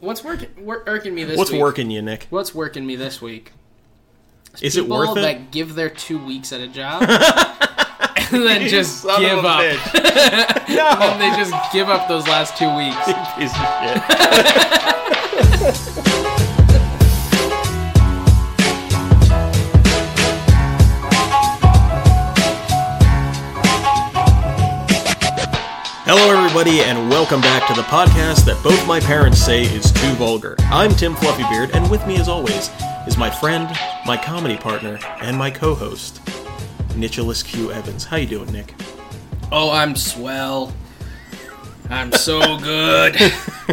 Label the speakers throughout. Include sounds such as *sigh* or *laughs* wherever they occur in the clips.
Speaker 1: What's working wor- irking me this
Speaker 2: What's
Speaker 1: week?
Speaker 2: working you, Nick?
Speaker 1: What's working me this week?
Speaker 2: Is it
Speaker 1: People
Speaker 2: worth it?
Speaker 1: that give their two weeks at a
Speaker 2: *laughs*
Speaker 1: job and then
Speaker 2: You
Speaker 1: just
Speaker 2: son of
Speaker 1: give
Speaker 2: a
Speaker 1: up.
Speaker 2: *laughs* bitch.
Speaker 1: and they just give up those last two
Speaker 2: *laughs*
Speaker 1: weeks.
Speaker 2: no. Piece of shit. Hello, everybody, and welcome back to the podcast that both my parents say is too vulgar. I'm Tim Fluffybeard, and with me, as always, is my friend, my comedy partner, and my co-host, Nicholas Q. Evans. How you doing, *laughs* Nick?
Speaker 1: Oh, I'm swell. I'm so
Speaker 2: *laughs*
Speaker 1: good.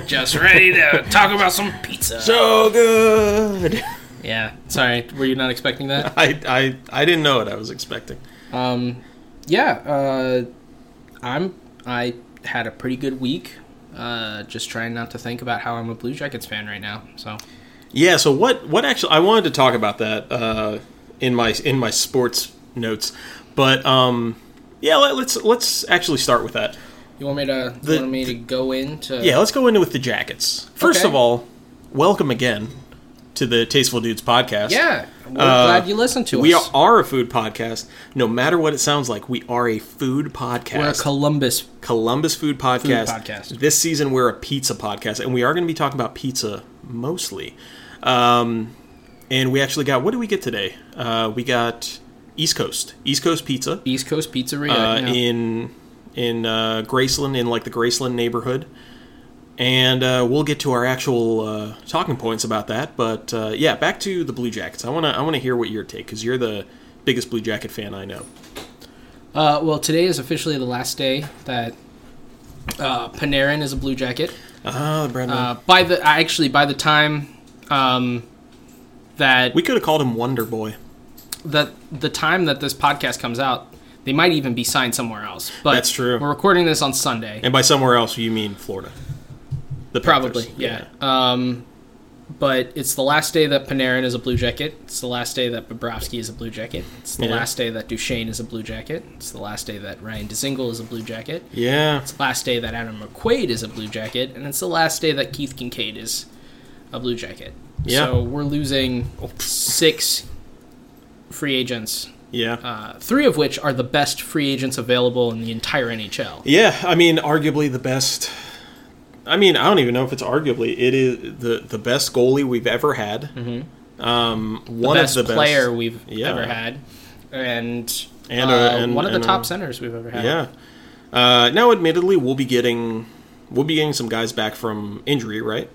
Speaker 1: just ready to talk about some pizza.
Speaker 2: So good.
Speaker 1: yeah. Sorry, were you not expecting that?
Speaker 2: *laughs* I, I I didn't know what I was expecting.
Speaker 1: Um, yeah. Uh, I'm. I had a pretty good week. Uh, just trying not to think about how I'm a Blue Jackets fan right now. So
Speaker 2: Yeah. So what what actually I wanted to talk about that uh, in my in my sports notes, but um, yeah. Let, let's let's actually start with that.
Speaker 1: you want me to
Speaker 2: The-
Speaker 1: you want me to go into
Speaker 2: Yeah. Let's go into with the Jackets. First
Speaker 1: Okay.
Speaker 2: of all, welcome again to the Tasteful Dudes podcast.
Speaker 1: Yeah. We're
Speaker 2: Uh,
Speaker 1: glad you listened to
Speaker 2: We
Speaker 1: us.
Speaker 2: are a food podcast. No matter what it sounds like, we are a food podcast.
Speaker 1: We're a Columbus.
Speaker 2: Columbus Food Podcast.
Speaker 1: podcast.
Speaker 2: This season we're a pizza podcast, and we are going to be talking about pizza mostly. Um, and we actually got what do we get today? Uh, we got East Coast, East Coast Pizza
Speaker 1: East Coast Pizzeria.
Speaker 2: uh,
Speaker 1: yeah.
Speaker 2: in in uh, Graceland, in like the Graceland neighborhood. And uh, we'll get to our actual uh, talking points about that, but uh, yeah, back to the Blue Jackets. I wanna I wanna hear what your take because you're the biggest Blue Jacket fan I know.
Speaker 1: Uh, well, today is officially the last day that uh, Panarin is a Blue Jacket.
Speaker 2: Ah, Brendan,
Speaker 1: Uh, by the I actually, by the time um, that
Speaker 2: we could have called him Wonder Boy.
Speaker 1: that the time that this podcast comes out, they might even be signed somewhere else. But
Speaker 2: That's true.
Speaker 1: We're recording this on Sunday,
Speaker 2: And by somewhere else, you mean Florida. The
Speaker 1: probably.
Speaker 2: Panthers,
Speaker 1: Yeah. Um, but it's the last day that Panarin is a Blue Jacket. It's the last day that Bobrovsky is a Blue Jacket. It's the
Speaker 2: Yeah.
Speaker 1: last day that Duchesne is a Blue Jacket. It's the last day that Ryan Dezingle is a Blue Jacket.
Speaker 2: Yeah.
Speaker 1: last day that Adam McQuaid is a Blue Jacket, and it's the last day that Keith Kincaid is a Blue Jacket.
Speaker 2: Yeah.
Speaker 1: So we're losing six free agents,
Speaker 2: Yeah.
Speaker 1: uh, three of which are the best free agents available in the entire NHL.
Speaker 2: yeah. I mean, arguably the best. I mean, I don't even know if it's arguably. It is the the best goalie we've ever had. Mm-hmm. Um, one
Speaker 1: best
Speaker 2: of the
Speaker 1: player
Speaker 2: best.
Speaker 1: we've
Speaker 2: Yeah.
Speaker 1: ever had, and,
Speaker 2: And,
Speaker 1: uh,
Speaker 2: uh, and-
Speaker 1: one of the
Speaker 2: and,
Speaker 1: top
Speaker 2: uh,
Speaker 1: centers we've ever had.
Speaker 2: Yeah. Uh, now, admittedly, we'll be getting we'll be getting some guys back from injury, right?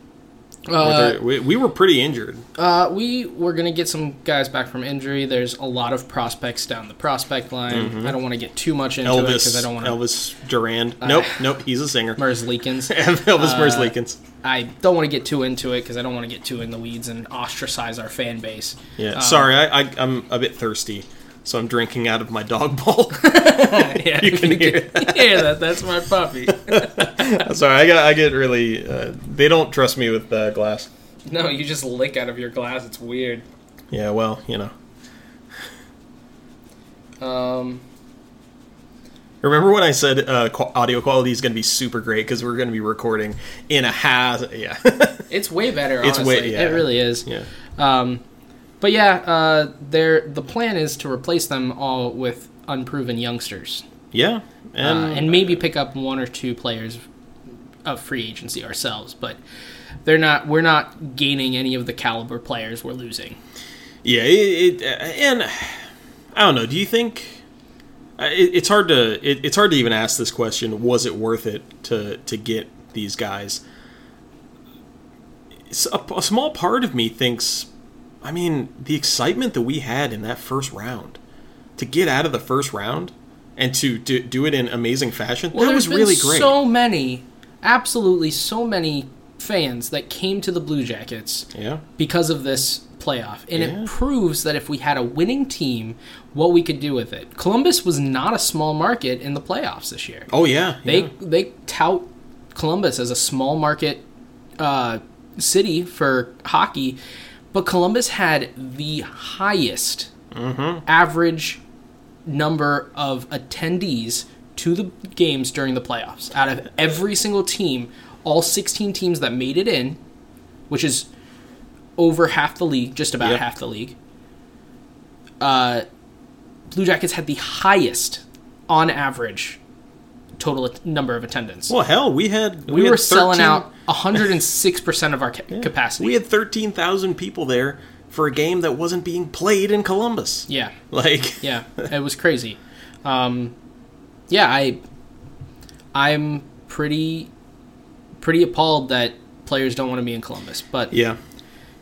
Speaker 1: Uh,
Speaker 2: we, we were pretty injured.
Speaker 1: Uh, we were going to get some guys back from injury. There's a lot of prospects down the prospect line. I don't want to get too much into it because
Speaker 2: Mm-hmm. Elvis,
Speaker 1: I don't want to.
Speaker 2: Elvis Durand. nope, nope. He's a singer.
Speaker 1: Mers Leakins.
Speaker 2: *laughs*
Speaker 1: uh,
Speaker 2: Elvis Merz Leakins.
Speaker 1: I don't want to get too into it because I don't want to get too in the weeds and ostracize our fan
Speaker 2: *laughs*
Speaker 1: base.
Speaker 2: Yeah. Sorry, I, I, I'm a bit thirsty, so I'm drinking out of my dog *laughs* bowl.
Speaker 1: yeah,
Speaker 2: you can
Speaker 1: *laughs*
Speaker 2: hear it.
Speaker 1: yeah, that, that's
Speaker 2: *laughs*
Speaker 1: my puppy.
Speaker 2: Sorry, I got I get really. Uh, they don't trust me with uh, glass.
Speaker 1: No, you just lick out of your glass. It's weird.
Speaker 2: Yeah, well, you know.
Speaker 1: Um,
Speaker 2: Remember when I said uh, qu- audio quality is going to be super great because we're going to be recording in a house? Yeah, *laughs*
Speaker 1: it's way better.
Speaker 2: It's
Speaker 1: Honestly.
Speaker 2: way- yeah.
Speaker 1: It really is.
Speaker 2: yeah.
Speaker 1: Um, but yeah, uh, they're, the plan is to replace them all with unproven youngsters
Speaker 2: Yeah,
Speaker 1: uh,
Speaker 2: and,
Speaker 1: and maybe pick up one or two players of free agency ourselves. But they're not. We're not gaining any of the caliber players we're losing.
Speaker 2: yeah, it, it, uh, and I don't know. Do you think uh, it, it's hard to it, it's hard to even ask this question? Was it worth it to to get these guys? It's A, a small part of me thinks, I mean, the excitement that we had in that first round to get out of the first round and to do, do it in amazing fashion
Speaker 1: Well,
Speaker 2: that
Speaker 1: there's
Speaker 2: was really
Speaker 1: been
Speaker 2: great.
Speaker 1: So many, absolutely so many fans that came to the Blue Jackets
Speaker 2: yeah,
Speaker 1: because of this playoff, and
Speaker 2: Yeah.
Speaker 1: it proves that if we had a winning team, what we could do with it. Columbus was not a small market in the playoffs this year.
Speaker 2: oh yeah,
Speaker 1: They
Speaker 2: yeah.
Speaker 1: they tout Columbus as a small market uh, city for hockey, but Columbus had the highest
Speaker 2: Mm-hmm.
Speaker 1: average number of attendees to the games during the playoffs out of every single team. All 16 teams that made it in, which is over half the league, just about
Speaker 2: Yep.
Speaker 1: half the league. Uh, Blue Jackets had the highest, on average, total at- number of attendance.
Speaker 2: Well, hell, we had
Speaker 1: we
Speaker 2: had
Speaker 1: were selling
Speaker 2: 13
Speaker 1: out 106 percent of
Speaker 2: *laughs*
Speaker 1: our ca- capacity.
Speaker 2: We had thirteen thousand people there for a game that wasn't being played in Columbus.
Speaker 1: yeah,
Speaker 2: Like,
Speaker 1: yeah, it was crazy. Um, yeah, I, I'm pretty, pretty appalled that players don't want to be in Columbus, but
Speaker 2: yeah,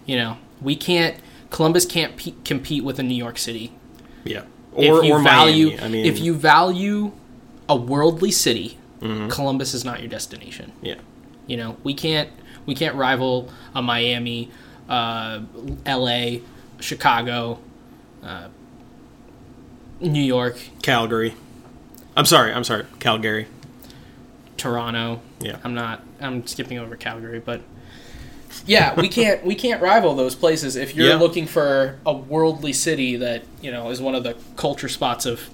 Speaker 1: you know we can't. Columbus can't pe- compete with a New York City
Speaker 2: yeah. Or
Speaker 1: if you
Speaker 2: or
Speaker 1: value,
Speaker 2: Miami. I mean,
Speaker 1: if you value a worldly city,
Speaker 2: Mm-hmm.
Speaker 1: Columbus is not your destination.
Speaker 2: yeah,
Speaker 1: You know, we can't we can't rival a Miami, uh, L.A., Chicago, uh, New York,
Speaker 2: Calgary. I'm sorry. I'm sorry. Calgary.
Speaker 1: Toronto.
Speaker 2: Yeah.
Speaker 1: I'm not. I'm skipping over Calgary, but yeah,
Speaker 2: *laughs*
Speaker 1: we can't we can't rival those places if you're
Speaker 2: Yeah.
Speaker 1: looking for a worldly city that you know is one of the culture spots of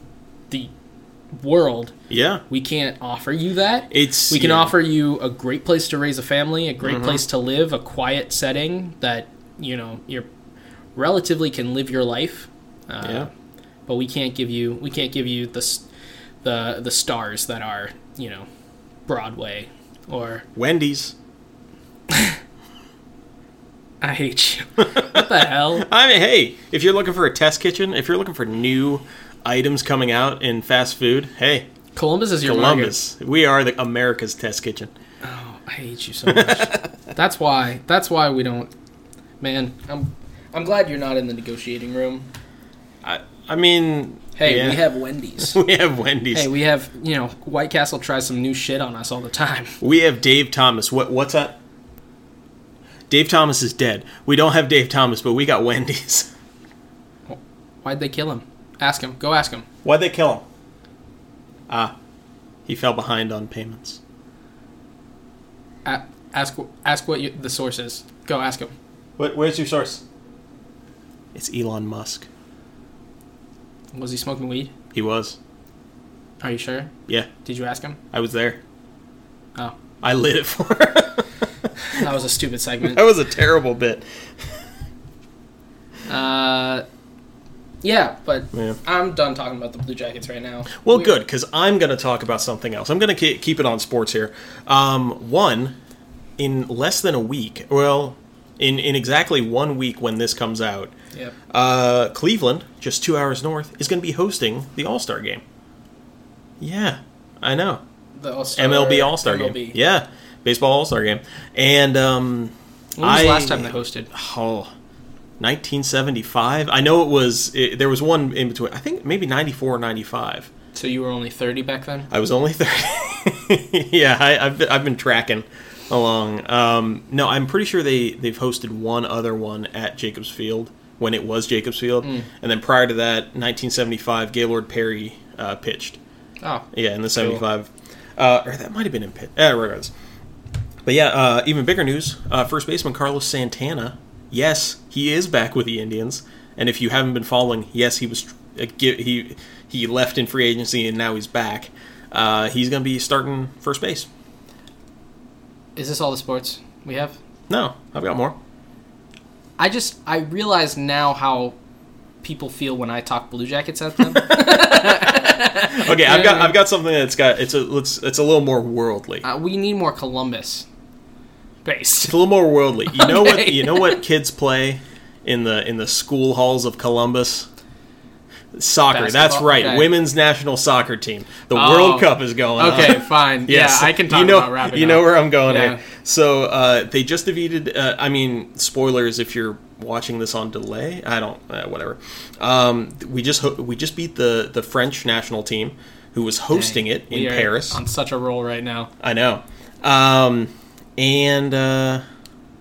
Speaker 1: the world.
Speaker 2: Yeah.
Speaker 1: We can't offer you that.
Speaker 2: It's
Speaker 1: we can
Speaker 2: yeah. Mm-hmm.
Speaker 1: offer you a great place to raise a family, a great place to live, a quiet setting that you know you're relatively can live your life. Uh,
Speaker 2: Yeah.
Speaker 1: But we can't give you we can't give you the s- the the stars that are you know Broadway or
Speaker 2: Wendy's.
Speaker 1: I hate you.
Speaker 2: *laughs*
Speaker 1: what the hell?
Speaker 2: I mean, hey, if you're looking for a test kitchen, if you're looking for new items coming out in fast food, hey,
Speaker 1: Columbus is your Columbus.
Speaker 2: Columbus, we are the America's test kitchen.
Speaker 1: I hate you so much. that's why. That's why we don't. Man, I'm I'm glad you're not in the negotiating room.
Speaker 2: I, I mean,
Speaker 1: Hey,
Speaker 2: yeah.
Speaker 1: we have Wendy's.
Speaker 2: *laughs* we have Wendy's.
Speaker 1: Hey, we have you know White Castle tries some new shit on us all the time. *laughs*
Speaker 2: We have Dave Thomas. What what's that? Dave Thomas is dead. We don't have Dave Thomas, but we got Wendy's. *laughs*
Speaker 1: Why'd they kill him? Ask him. Go ask him.
Speaker 2: Why'd they kill him? Ah, he fell behind on payments.
Speaker 1: A- ask ask what you, the source is. Go ask him.
Speaker 2: What, where's your source? It's Elon Musk.
Speaker 1: Was he smoking weed?
Speaker 2: He was.
Speaker 1: Are you sure?
Speaker 2: Yeah,
Speaker 1: Did you ask him?
Speaker 2: I was there.
Speaker 1: Oh,
Speaker 2: I lit it for. *laughs* her.
Speaker 1: that was a stupid segment.
Speaker 2: *laughs* that was a terrible bit.
Speaker 1: Uh, yeah, but
Speaker 2: Yeah.
Speaker 1: I'm done talking about the Blue Jackets right now.
Speaker 2: Well,
Speaker 1: We-
Speaker 2: good because I'm going to talk about something else. I'm going to ke- keep it on sports here. Um, one, in less than a week. Well, in in exactly one week when this comes out,
Speaker 1: Yep.
Speaker 2: uh, Cleveland, just two hours north, is going to be hosting the All Star game. Yeah, I know.
Speaker 1: The All-Star,
Speaker 2: MLB All Star game.
Speaker 1: MLB.
Speaker 2: Yeah, baseball All Star game. And um,
Speaker 1: When was the
Speaker 2: I-
Speaker 1: last time they hosted?
Speaker 2: oh, 1975. I know it was. It, there was one in between. I think maybe 94 or 95.
Speaker 1: So you were only 30 back then.
Speaker 2: I was only *laughs* 30. yeah, I, I've, been, I've been tracking along. Um, no, I'm pretty sure they, they've hosted one other one at Jacobs Field when it was Jacobs Field. And then prior to that, 1975, Gaylord Perry uh, pitched.
Speaker 1: Oh,
Speaker 2: Yeah, in the 75. Uh, or that might have been in Pitt. Eh, regardless. But yeah, uh, even bigger news uh, first baseman Carlos Santana. Yes, he is back with the Indians. And if you haven't been following, yes, he was uh, gi- he he left in free agency and now he's back. Uh, he's going to be starting first base.
Speaker 1: is this all the sports we have?
Speaker 2: No, I've got more.
Speaker 1: I just I realize now how people feel when I talk Blue Jackets at
Speaker 2: *laughs*
Speaker 1: them.
Speaker 2: Okay, I've got I've got something that's got it's a let's it's a little more worldly.
Speaker 1: uh, we need more Columbus based.
Speaker 2: It's a little more worldly. You know what
Speaker 1: Okay.
Speaker 2: you know what kids play in the in the school halls of Columbus? Soccer. That's
Speaker 1: Basketball?
Speaker 2: right.
Speaker 1: Okay.
Speaker 2: Women's national soccer team. The
Speaker 1: Oh.
Speaker 2: World Cup is going
Speaker 1: *laughs*
Speaker 2: on. *laughs*
Speaker 1: Okay, fine.
Speaker 2: uh, Yes.
Speaker 1: Yeah, I can talk
Speaker 2: you know,
Speaker 1: about wrapping
Speaker 2: You know
Speaker 1: up.
Speaker 2: where I'm going
Speaker 1: Yeah.
Speaker 2: here. So uh, they just defeated. Uh, I mean, spoilers if you're watching this on delay. I don't. Uh, whatever. Um, we just ho- we just beat the the French national team, who was hosting it in
Speaker 1: We are
Speaker 2: Paris.
Speaker 1: on such a roll right now.
Speaker 2: I know. Um, and uh,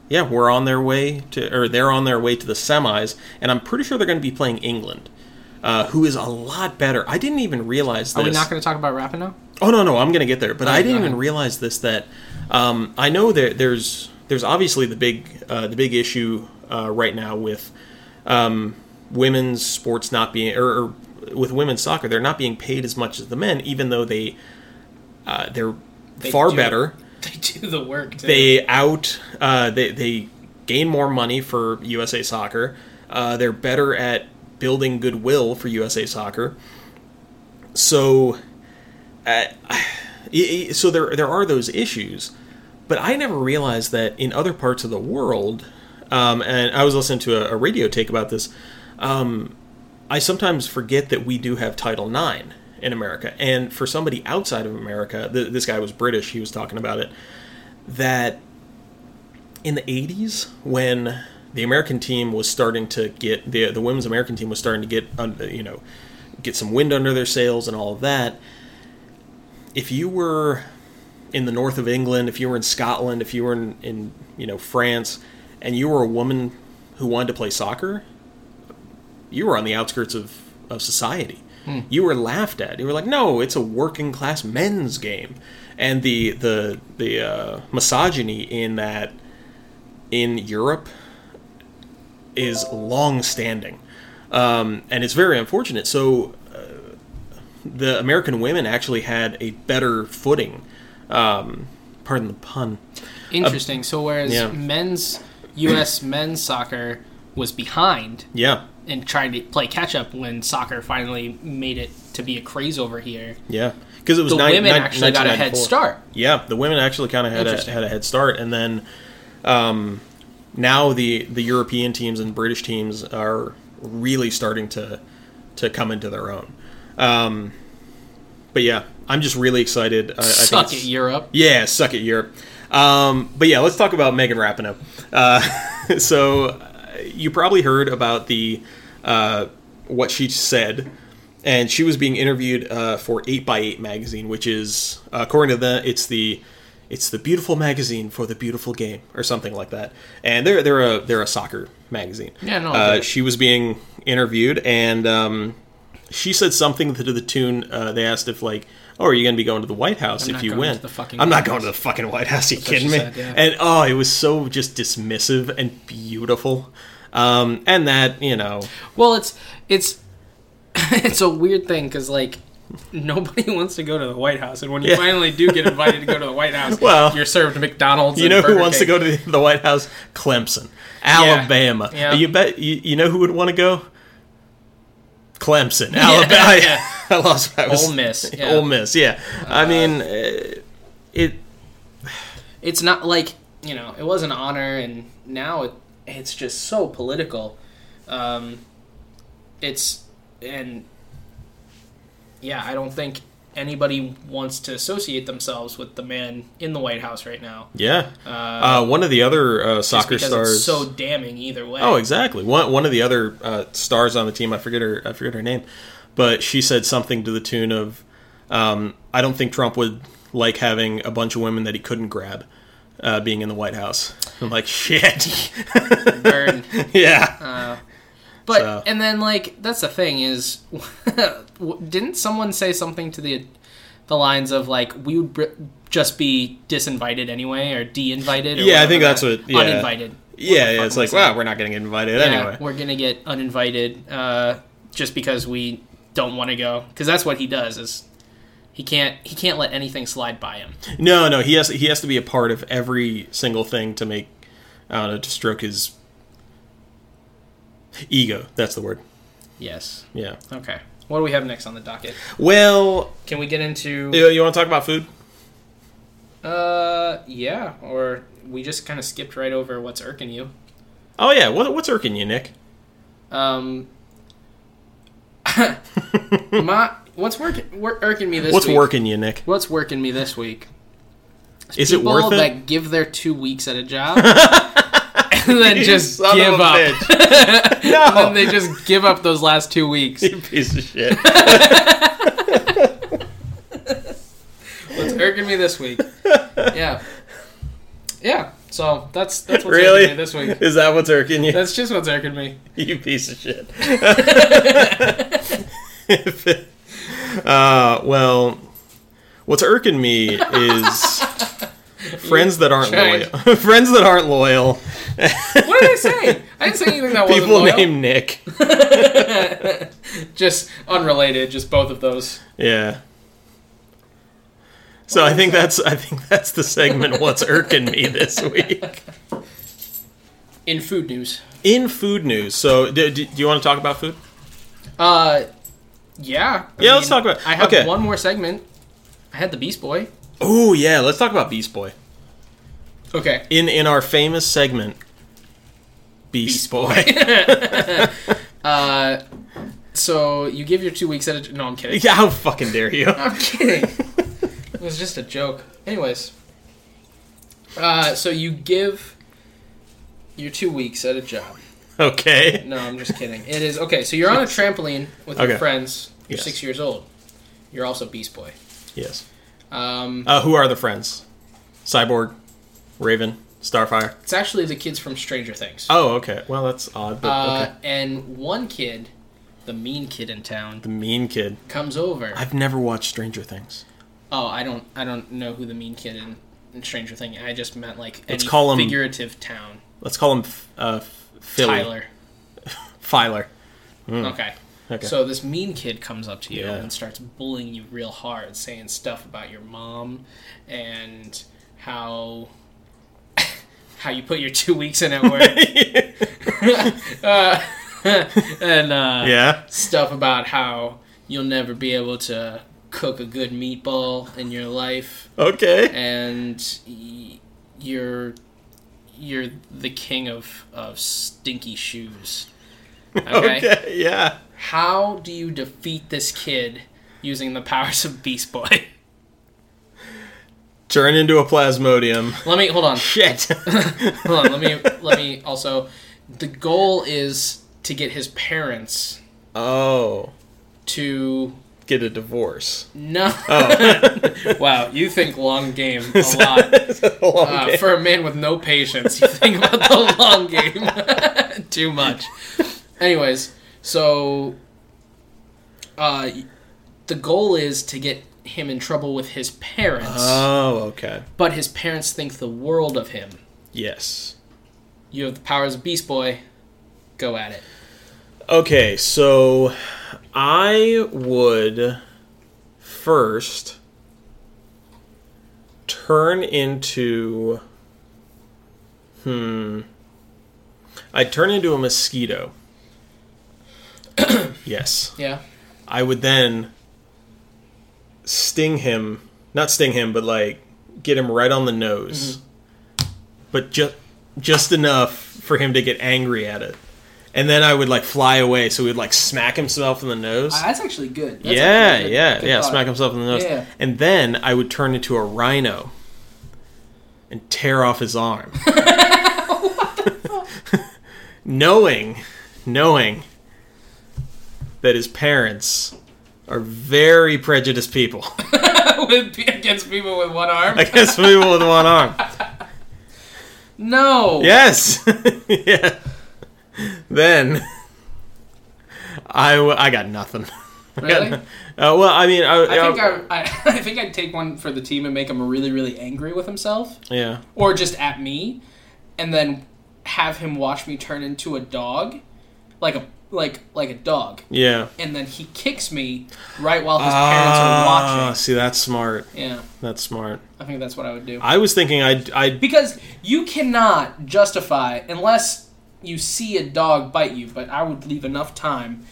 Speaker 2: yeah, we're on their way to, or they're on their way to the semis, and I'm pretty sure they're going to be playing England, uh, who is a lot better. I didn't even realize this.
Speaker 1: Are we not going to talk about rapping now?
Speaker 2: Oh no, no, I'm gonna get there. But I
Speaker 1: go
Speaker 2: didn't even
Speaker 1: ahead.
Speaker 2: realize this. That um, I know there, there's there's obviously the big uh, the big issue uh, right now with um, women's sports not being or, or with women's soccer they're not being paid as much as the men, even though they uh, they're
Speaker 1: They
Speaker 2: far
Speaker 1: do.
Speaker 2: better
Speaker 1: They do the work. Too.
Speaker 2: they out uh, they they gain more money for USA Soccer. Uh, they're better at building goodwill for USA Soccer. So, uh, *sighs* I- I- so there there are those issues, but I never realized that in other parts of the world. Um, and I was listening to a, a radio take about this. um, I sometimes forget that we do have Title IX in America. And for somebody outside of America, th- this guy was British, he was talking about it, that in the 80s, when the American team was starting to get, the, the women's American team was starting to get, un- you know, get some wind under their sails and all of that, if you were in the north of England, if you were in Scotland, if you were in, in you know, France, and you were a woman who wanted to play soccer, you were on the outskirts of, of society.
Speaker 1: Hmm.
Speaker 2: You were laughed at. You were like, no, it's a working class men's game. And the the the uh, misogyny in that in Europe is long standing, um, and it's very unfortunate. So uh, the American women actually had a better footing. Um, pardon the pun.
Speaker 1: Interesting. so whereas
Speaker 2: uh, yeah.
Speaker 1: men's U.S. *clears throat* men's soccer was behind
Speaker 2: Yeah,
Speaker 1: and trying to play catch up when soccer finally made it to be a craze over here,
Speaker 2: yeah, because it was
Speaker 1: the
Speaker 2: nine-
Speaker 1: women
Speaker 2: nine-
Speaker 1: actually got a head
Speaker 2: 1994.
Speaker 1: start.
Speaker 2: Yeah, the women actually kind of had a,
Speaker 1: Interesting.
Speaker 2: had a head start, and then um, now the the European teams and British teams are really starting to to come into their own. Um, but yeah, I'm just really excited. I, I
Speaker 1: Suck
Speaker 2: think
Speaker 1: it,
Speaker 2: it's-
Speaker 1: Europe.
Speaker 2: yeah, suck it, Europe. Um, but yeah, let's talk about Megan Rapinoe. Uh, *laughs* so uh, you probably heard about the uh, what she said, and she was being interviewed uh, for Eight by Eight magazine, which is uh, according to the it's the it's the beautiful magazine for the beautiful game or something like that. And they're they're a they're a soccer magazine.
Speaker 1: Yeah, no, I get
Speaker 2: Uh,
Speaker 1: it.
Speaker 2: she was being interviewed and. Um, she said something to the tune. Uh, they asked if like, "Oh, are you going to be going to the White House
Speaker 1: I'm
Speaker 2: if
Speaker 1: not
Speaker 2: you
Speaker 1: going
Speaker 2: win?"
Speaker 1: to the fucking
Speaker 2: I'm not
Speaker 1: White
Speaker 2: going
Speaker 1: House.
Speaker 2: to the fucking White House. Are you
Speaker 1: what
Speaker 2: kidding me?
Speaker 1: she said, yeah.
Speaker 2: And oh, it was so just dismissive and beautiful. Um, and that you know,
Speaker 1: Well, it's it's *laughs* it's a weird thing because like nobody *laughs* wants to go to the White House, and when you
Speaker 2: Yeah.
Speaker 1: finally do get invited to go to the White House,
Speaker 2: *laughs* Well,
Speaker 1: you're served McDonald's.
Speaker 2: you know who wants to go to the, the White House? Clemson, Alabama.
Speaker 1: Yeah.
Speaker 2: You bet. You, you know who would want to go? Clemson, Alabama.
Speaker 1: *laughs* yeah.
Speaker 2: *laughs* I lost. What I was, *laughs*
Speaker 1: Ole Miss, yeah.
Speaker 2: Ole Miss. Yeah. I mean, uh, it.
Speaker 1: It's not like you know it was an honor, and now it it's just so political. Um, it's and yeah, I don't think anybody wants to associate themselves with the man in the White House right now.
Speaker 2: Yeah. Uh, one of the other uh,
Speaker 1: Just
Speaker 2: soccer
Speaker 1: because
Speaker 2: stars.
Speaker 1: it's so damning either way.
Speaker 2: Oh, exactly. One one of the other uh, stars on the team, I forget her, I forget her name, but she said something to the tune of, um, "I don't think Trump would like having a bunch of women that he couldn't grab, uh, being in the White House." I'm like, shit. *laughs*
Speaker 1: Burn.
Speaker 2: yeah.
Speaker 1: But
Speaker 2: So-
Speaker 1: and then like that's the thing is, *laughs* w- didn't someone say something to the the lines of like we would br- just be disinvited anyway or de-invited? Or
Speaker 2: Yeah, I think
Speaker 1: whatever
Speaker 2: that's
Speaker 1: that-
Speaker 2: what- yeah.
Speaker 1: Uninvited.
Speaker 2: yeah,
Speaker 1: the
Speaker 2: yeah.
Speaker 1: fuck
Speaker 2: It's
Speaker 1: am I
Speaker 2: like,
Speaker 1: saying?
Speaker 2: wow, we're not getting invited
Speaker 1: Yeah,
Speaker 2: anyway.
Speaker 1: we're gonna get uninvited uh, just because we don't want to go because that's what he does is he can't he can't let anything slide by him.
Speaker 2: No, no. He has he has to be a part of every single thing to make, I don't know, to stroke his ego. That's the word.
Speaker 1: Yes.
Speaker 2: Yeah.
Speaker 1: Okay. What do we have next on the docket?
Speaker 2: Well,
Speaker 1: Can we get into?
Speaker 2: you, you want to talk about food?
Speaker 1: Uh, yeah. Or we just kind of skipped right over what's irking you.
Speaker 2: Oh yeah. What, what's irking you, Nick? *laughs*
Speaker 1: Um, my what's working wor- irking me this
Speaker 2: What's
Speaker 1: week?
Speaker 2: working you, Nick?
Speaker 1: What's working me this week?
Speaker 2: Is it
Speaker 1: People
Speaker 2: worth it? *laughs*
Speaker 1: that give their two weeks at a job and
Speaker 2: *laughs*
Speaker 1: then just
Speaker 2: son
Speaker 1: give
Speaker 2: of a
Speaker 1: up. *laughs*
Speaker 2: bitch.
Speaker 1: and
Speaker 2: no,
Speaker 1: they just give up those last two weeks.
Speaker 2: you piece
Speaker 1: *laughs*
Speaker 2: of shit. *laughs*
Speaker 1: What's irking me this week? Yeah, yeah. So that's that's what's
Speaker 2: really?
Speaker 1: irking me this week.
Speaker 2: Is that what's irking you? *laughs*
Speaker 1: That's just what's irking me.
Speaker 2: you piece of shit. *laughs* uh, well, what's irking me
Speaker 1: *laughs*
Speaker 2: is friends that aren't
Speaker 1: tried.
Speaker 2: loyal. *laughs* friends that aren't loyal.
Speaker 1: What did I say? I didn't say anything that wasn't
Speaker 2: *laughs* People
Speaker 1: loyal.
Speaker 2: named Nick.
Speaker 1: Just unrelated. Just both of those.
Speaker 2: Yeah. So I think that's I think that's the segment. What's irking me this week?
Speaker 1: in food news.
Speaker 2: In food news, so do, do, do you want to talk about food?
Speaker 1: Uh, yeah. I
Speaker 2: Yeah, let's talk about-
Speaker 1: I have
Speaker 2: okay.
Speaker 1: one more segment. I had the Beast Boy.
Speaker 2: Oh yeah, let's talk about Beast Boy.
Speaker 1: Okay.
Speaker 2: In in our famous segment, Beast, Boy.
Speaker 1: Uh, so you give your two weeks at a. No, I'm kidding.
Speaker 2: yeah, *laughs* how fucking dare
Speaker 1: *laughs*
Speaker 2: you? *laughs*
Speaker 1: I'm kidding. it was just a joke. Anyways, uh, so you give your two weeks at a job.
Speaker 2: okay.
Speaker 1: No, I'm just kidding. It is okay. So you're on a
Speaker 2: *laughs*
Speaker 1: trampoline with
Speaker 2: Okay.
Speaker 1: your friends. You're
Speaker 2: Yes.
Speaker 1: six years old. You're also Beast Boy.
Speaker 2: Yes.
Speaker 1: Um,
Speaker 2: Uh, who are the friends? Cyborg, Raven, Starfire.
Speaker 1: it's actually the kids from Stranger Things.
Speaker 2: Oh, okay. Well, that's odd, but
Speaker 1: Uh,
Speaker 2: okay.
Speaker 1: And one kid, the mean kid in town,
Speaker 2: The mean kid.
Speaker 1: comes over.
Speaker 2: I've never watched Stranger Things.
Speaker 1: Oh, I don't, I don't know who the mean kid in, in Stranger Thing. I just meant like any
Speaker 2: Let's call him-
Speaker 1: figurative town.
Speaker 2: Let's call him F- uh, F- Philly.
Speaker 1: Tyler.
Speaker 2: Filer.
Speaker 1: Okay.
Speaker 2: Hmm. Okay.
Speaker 1: So this mean kid comes up to you
Speaker 2: Yeah.
Speaker 1: and starts bullying you real hard, saying stuff about your mom and how *laughs* how you put your two weeks in at
Speaker 2: *laughs*
Speaker 1: work Uh, *laughs* and uh,
Speaker 2: *laughs* yeah.
Speaker 1: stuff about how you'll never be able to cook a good meatball in your life
Speaker 2: Okay.
Speaker 1: and y- you're you're the king of of stinky shoes.
Speaker 2: okay. Yeah.
Speaker 1: How do you defeat this kid using the powers of Beast Boy? *laughs*
Speaker 2: Turn into a plasmodium. *laughs*
Speaker 1: Let me hold on. *laughs*
Speaker 2: Shit.
Speaker 1: Hold on. Let me let me also the goal is to get his parents
Speaker 2: oh,
Speaker 1: to
Speaker 2: get a divorce.
Speaker 1: no.
Speaker 2: Oh.
Speaker 1: *laughs* wow, you think long game a
Speaker 2: *laughs*
Speaker 1: lot. Uh,
Speaker 2: Okay.
Speaker 1: For a man with no patience, you think about the
Speaker 2: *laughs*
Speaker 1: long game *laughs* too much. Anyways, so uh, the goal is to get him in trouble with his parents,
Speaker 2: oh, okay.
Speaker 1: but his parents think the world of him.
Speaker 2: Yes.
Speaker 1: You have the powers of Beast Boy. Go at it.
Speaker 2: Okay, so I would first turn into hmm I'd turn into
Speaker 1: *coughs*
Speaker 2: a mosquito. yes.
Speaker 1: Yeah.
Speaker 2: I would then sting him, not sting him, but like get him right on the nose, but just just enough for him to get angry at it, and then I would like fly away, so he would like smack himself in the nose.
Speaker 1: Uh, that's actually good.
Speaker 2: yeah, yeah, yeah. Smack himself in the nose,
Speaker 1: Yeah.
Speaker 2: and then I would turn into a rhino and tear off
Speaker 1: *laughs*
Speaker 2: his arm, knowing, knowing that his parents are very prejudiced people
Speaker 1: *laughs*
Speaker 2: *laughs*
Speaker 1: with, against people with one arm.
Speaker 2: against people with one arm.
Speaker 1: no.
Speaker 2: Yes, *laughs* yeah. Then I, w- I got nothing. *laughs*
Speaker 1: Really?
Speaker 2: uh, well, I mean, I,
Speaker 1: I think I, *laughs* I, I think I'd take one for the team and make him really, really angry with himself,
Speaker 2: yeah.
Speaker 1: or just at me, and then have him watch me turn into a dog, like a like like a dog,
Speaker 2: Yeah.
Speaker 1: and then he kicks me right while his parents are
Speaker 2: Ah,
Speaker 1: watching.
Speaker 2: See, that's smart.
Speaker 1: Yeah,
Speaker 2: That's smart.
Speaker 1: I think that's what I would do.
Speaker 2: I was thinking I'd, I'd
Speaker 1: Because you cannot justify unless you see a dog bite you, but I would leave enough time.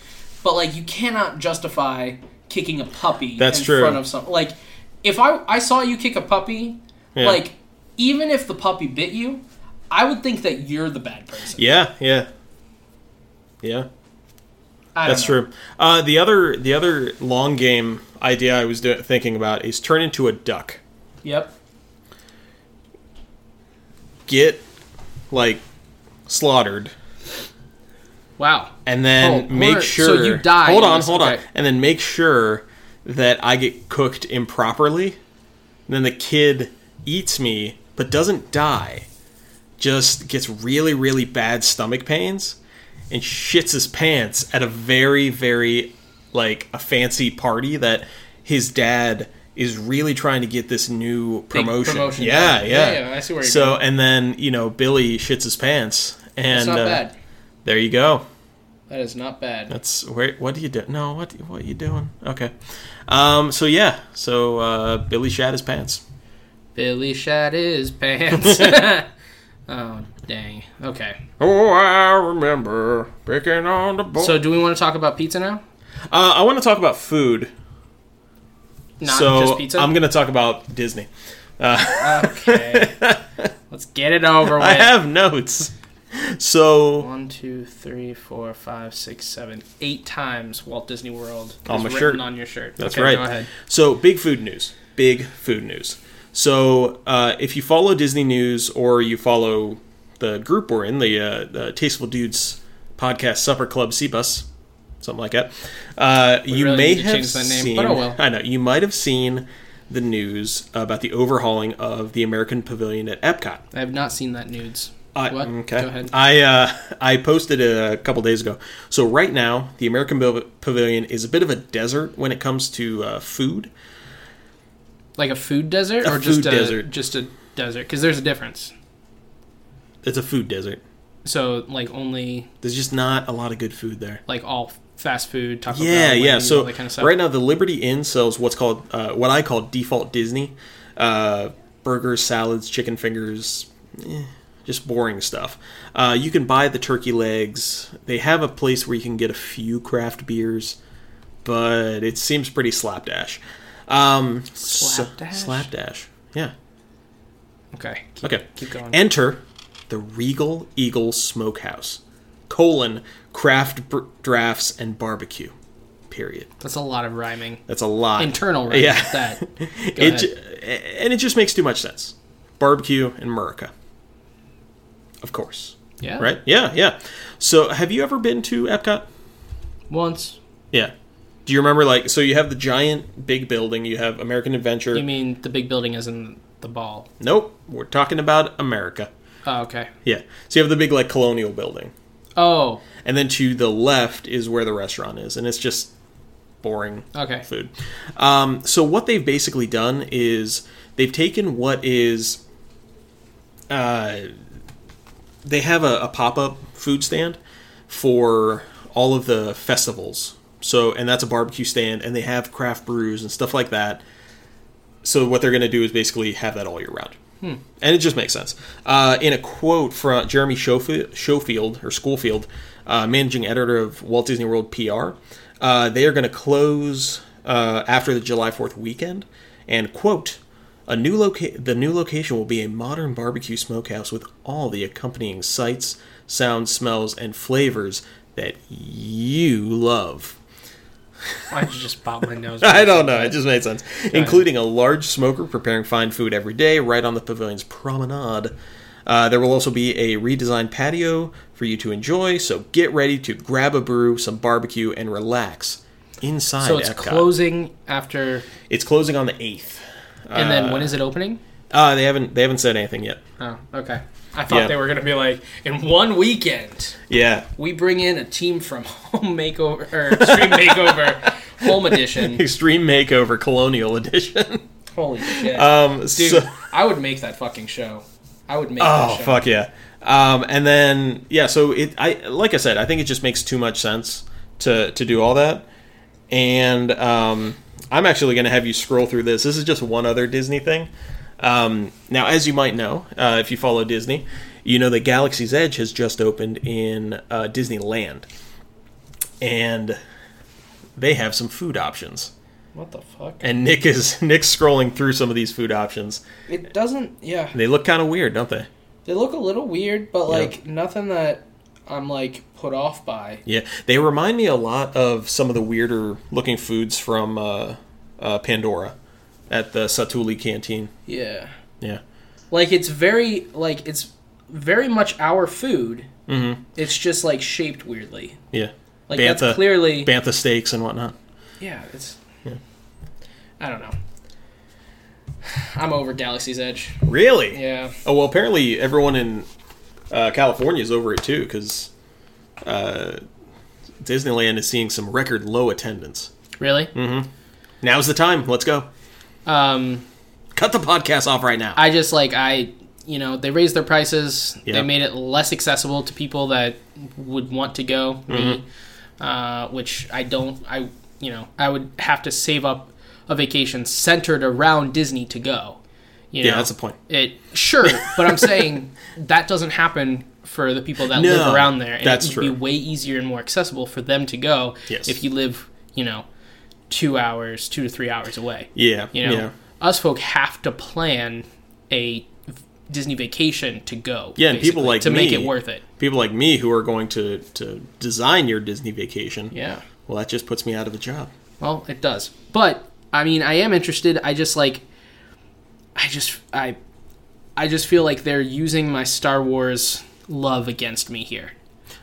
Speaker 1: But like you cannot justify kicking a puppy
Speaker 2: That's
Speaker 1: in
Speaker 2: true.
Speaker 1: front of some like if I I saw you kick a puppy,
Speaker 2: Yeah.
Speaker 1: like even if the puppy bit you, I would think that you're the bad person.
Speaker 2: yeah, yeah, yeah.
Speaker 1: I don't
Speaker 2: That's
Speaker 1: know.
Speaker 2: true. Uh, the other, the other long game idea I was do- thinking about is turn into a duck.
Speaker 1: Yep.
Speaker 2: Get like slaughtered,
Speaker 1: Wow.
Speaker 2: and then
Speaker 1: Oh,
Speaker 2: make
Speaker 1: we're-
Speaker 2: sure
Speaker 1: so you die
Speaker 2: Hold
Speaker 1: in
Speaker 2: on,
Speaker 1: this-
Speaker 2: hold on,
Speaker 1: okay.
Speaker 2: and then make sure that I get cooked improperly. then the kid eats me, but doesn't die. Just gets really, really bad stomach pains, and shits his pants at a very, very like a fancy party that his dad is really trying to get this new promotion.
Speaker 1: promotion, yeah.
Speaker 2: Yeah, yeah,
Speaker 1: Yeah, yeah, I see where you're
Speaker 2: so, and then you know Billy shits his pants, and
Speaker 1: That's not
Speaker 2: uh,
Speaker 1: bad.
Speaker 2: there you go.
Speaker 1: That is not bad.
Speaker 2: That's where. What do you do? No, what what you doing? Okay, um, so yeah, so uh, Billy shat his pants. *laughs*
Speaker 1: Billy shat his pants. oh Dang. Okay.
Speaker 2: Oh, I remember picking on the boy.
Speaker 1: So, do we want to talk about pizza now?
Speaker 2: uh, I want to talk about food.
Speaker 1: Not
Speaker 2: so
Speaker 1: just pizza.
Speaker 2: I'm gonna talk about Disney.
Speaker 1: okay.
Speaker 2: *laughs*
Speaker 1: Let's get it over with.
Speaker 2: I have notes. So
Speaker 1: One, two, three, four, five, six, seven, eight times Walt Disney World
Speaker 2: On
Speaker 1: is
Speaker 2: my
Speaker 1: written
Speaker 2: shirt.
Speaker 1: on your shirt.
Speaker 2: that's
Speaker 1: Okay,
Speaker 2: right.
Speaker 1: Go ahead.
Speaker 2: So big food news. Big food news. So uh, if you follow Disney News or you follow the group we're in, the, uh, the Tasteful Dudes podcast supper club, CBUS, something like that. Uh, you
Speaker 1: really
Speaker 2: may
Speaker 1: need to
Speaker 2: have
Speaker 1: change that name,
Speaker 2: seen.
Speaker 1: but oh well.
Speaker 2: I know you might have seen the news about the overhauling of the American Pavilion at Epcot.
Speaker 1: I have not seen that nudes.
Speaker 2: I, mm,
Speaker 1: what?
Speaker 2: Okay.
Speaker 1: Go ahead.
Speaker 2: I uh, I posted it a couple days ago. So right now, the American Pav- Pavilion is a bit of a desert when it comes to uh, food.
Speaker 1: Like a food desert,
Speaker 2: A
Speaker 1: or just
Speaker 2: food
Speaker 1: a
Speaker 2: desert.
Speaker 1: just a desert? Because there's a difference.
Speaker 2: It's a food desert.
Speaker 1: So like only
Speaker 2: There's just not a lot of good food there.
Speaker 1: like all fast food, Taco
Speaker 2: Yeah,
Speaker 1: Bell,
Speaker 2: yeah.
Speaker 1: Wendy's, all
Speaker 2: So
Speaker 1: that kind of stuff.
Speaker 2: right now, the Liberty Inn sells what's called uh, what I call default Disney uh, burgers, salads, chicken fingers, eh, just boring stuff. Uh, you can buy the turkey legs. They have a place where you can get a few craft beers, but it seems pretty slapdash. Um, so-
Speaker 1: Slapdash?
Speaker 2: slapdash. Yeah.
Speaker 1: okay, keep,
Speaker 2: Okay.
Speaker 1: keep going.
Speaker 2: Enter the Regal Eagle Smokehouse: colon craft br- drafts and barbecue. Period.
Speaker 1: That's a lot of rhyming.
Speaker 2: That's a lot.
Speaker 1: Internal rhyming.
Speaker 2: Yeah. *laughs*
Speaker 1: That. Go
Speaker 2: It
Speaker 1: ahead.
Speaker 2: ju- and it just makes too much sense. Barbecue and Murica. Of course.
Speaker 1: yeah.
Speaker 2: Right? Yeah, yeah. So have you ever been to Epcot?
Speaker 1: Once.
Speaker 2: Yeah. Do you remember like so you have the giant big building, you have American Adventure.
Speaker 1: You mean the big building is in the ball?
Speaker 2: nope, we're talking about America.
Speaker 1: Oh, okay.
Speaker 2: Yeah. So you have the big like colonial building.
Speaker 1: Oh,
Speaker 2: And then to the left is where the restaurant is, and it's just boring.
Speaker 1: okay.
Speaker 2: food. Um, so what they've basically done is they've taken what is, uh, they have a, a pop up food stand for all of the festivals. So and that's a barbecue stand, and they have craft brews and stuff like that. So what they're going to do is basically have that all year round. And it just makes sense. Uh, in a quote from Jeremy Schofield, Schofield or Schoolfield, uh, managing editor of Walt Disney World PR, uh, they are going to close uh, after the July 4th weekend. And quote, a new loca- the new location will be a modern barbecue smokehouse with all the accompanying sights, sounds, smells, and flavors that you love.
Speaker 1: Why'd you just pop my
Speaker 2: *laughs*
Speaker 1: nose?
Speaker 2: I don't know. It just made sense. Including a large smoker preparing fine food every day right on the pavilion's promenade. Uh, there will also be a redesigned patio for you to enjoy, so get ready to grab a brew, some barbecue, and relax inside
Speaker 1: So it's
Speaker 2: Epcot.
Speaker 1: closing after,
Speaker 2: It's closing on the eighth.
Speaker 1: and then when is it opening?
Speaker 2: Uh, they haven't they haven't said anything yet.
Speaker 1: Oh, okay. I thought
Speaker 2: Yeah.
Speaker 1: they were gonna be like, in one weekend,
Speaker 2: Yeah, *laughs*
Speaker 1: we bring in a team from *laughs* Home Makeover or Extreme Makeover Home
Speaker 2: *laughs*
Speaker 1: Edition.
Speaker 2: Extreme Makeover Colonial Edition. *laughs*
Speaker 1: Holy shit,
Speaker 2: Um,
Speaker 1: dude!
Speaker 2: so-
Speaker 1: I would make that fucking show. I would make.
Speaker 2: Oh
Speaker 1: that show.
Speaker 2: fuck yeah! Um, and then yeah, so it I like I said, I think it just makes too much sense to to do all that. And um, I'm actually going to have you scroll through this. This is just one other Disney thing. Um, now, as you might know, uh, if you follow Disney, you know that Galaxy's Edge has just opened in uh, Disneyland, and they have some food options.
Speaker 1: What the fuck?
Speaker 2: And Nick is *laughs* Nick's scrolling through some of these food options.
Speaker 1: It doesn't. Yeah,
Speaker 2: They look kind of weird, don't they?
Speaker 1: they look a little weird, but like nothing that I'm like put off by.
Speaker 2: Yeah, they remind me a lot of some of the weirder looking foods from uh, uh, Pandora at the Satuli canteen.
Speaker 1: Yeah.
Speaker 2: Yeah,
Speaker 1: like it's very like it's very much our food mm-hmm. it's just like shaped weirdly
Speaker 2: yeah.
Speaker 1: like
Speaker 2: Bantha.
Speaker 1: that's clearly
Speaker 2: Bantha steaks and whatnot.
Speaker 1: yeah it's i don't know *sighs* i'm over galaxy's edge
Speaker 2: Really?
Speaker 1: yeah
Speaker 2: Oh well, apparently everyone in uh, California is over it too because uh, Disneyland is seeing some record low attendance.
Speaker 1: really
Speaker 2: Now's the time. Let's go.
Speaker 1: um
Speaker 2: Cut the podcast off right now.
Speaker 1: i just like i you know they raised their prices
Speaker 2: Yeah.
Speaker 1: they made it less accessible to people that would want to go me, uh, which i don't i you know i would have to save up a vacation centered around disney to go You know,
Speaker 2: Yeah, that's the point.
Speaker 1: It sure, but I'm
Speaker 2: *laughs*
Speaker 1: saying that doesn't happen for the people that
Speaker 2: No,
Speaker 1: live around there. And
Speaker 2: that's
Speaker 1: it would
Speaker 2: true.
Speaker 1: be way easier and more accessible for them to go
Speaker 2: Yes.
Speaker 1: if you live, you know, two hours, two to three hours away.
Speaker 2: Yeah,
Speaker 1: You know,
Speaker 2: yeah,
Speaker 1: us folk have to plan a Disney vacation to go.
Speaker 2: Yeah, and people
Speaker 1: basically,
Speaker 2: like
Speaker 1: to make
Speaker 2: me-
Speaker 1: it worth it.
Speaker 2: people like me who are going to to design your Disney vacation.
Speaker 1: Yeah.
Speaker 2: Well, that just puts me out of a job.
Speaker 1: Well, it does. But I mean, I am interested. I just like I just I I just feel like they're using my Star Wars love against me here.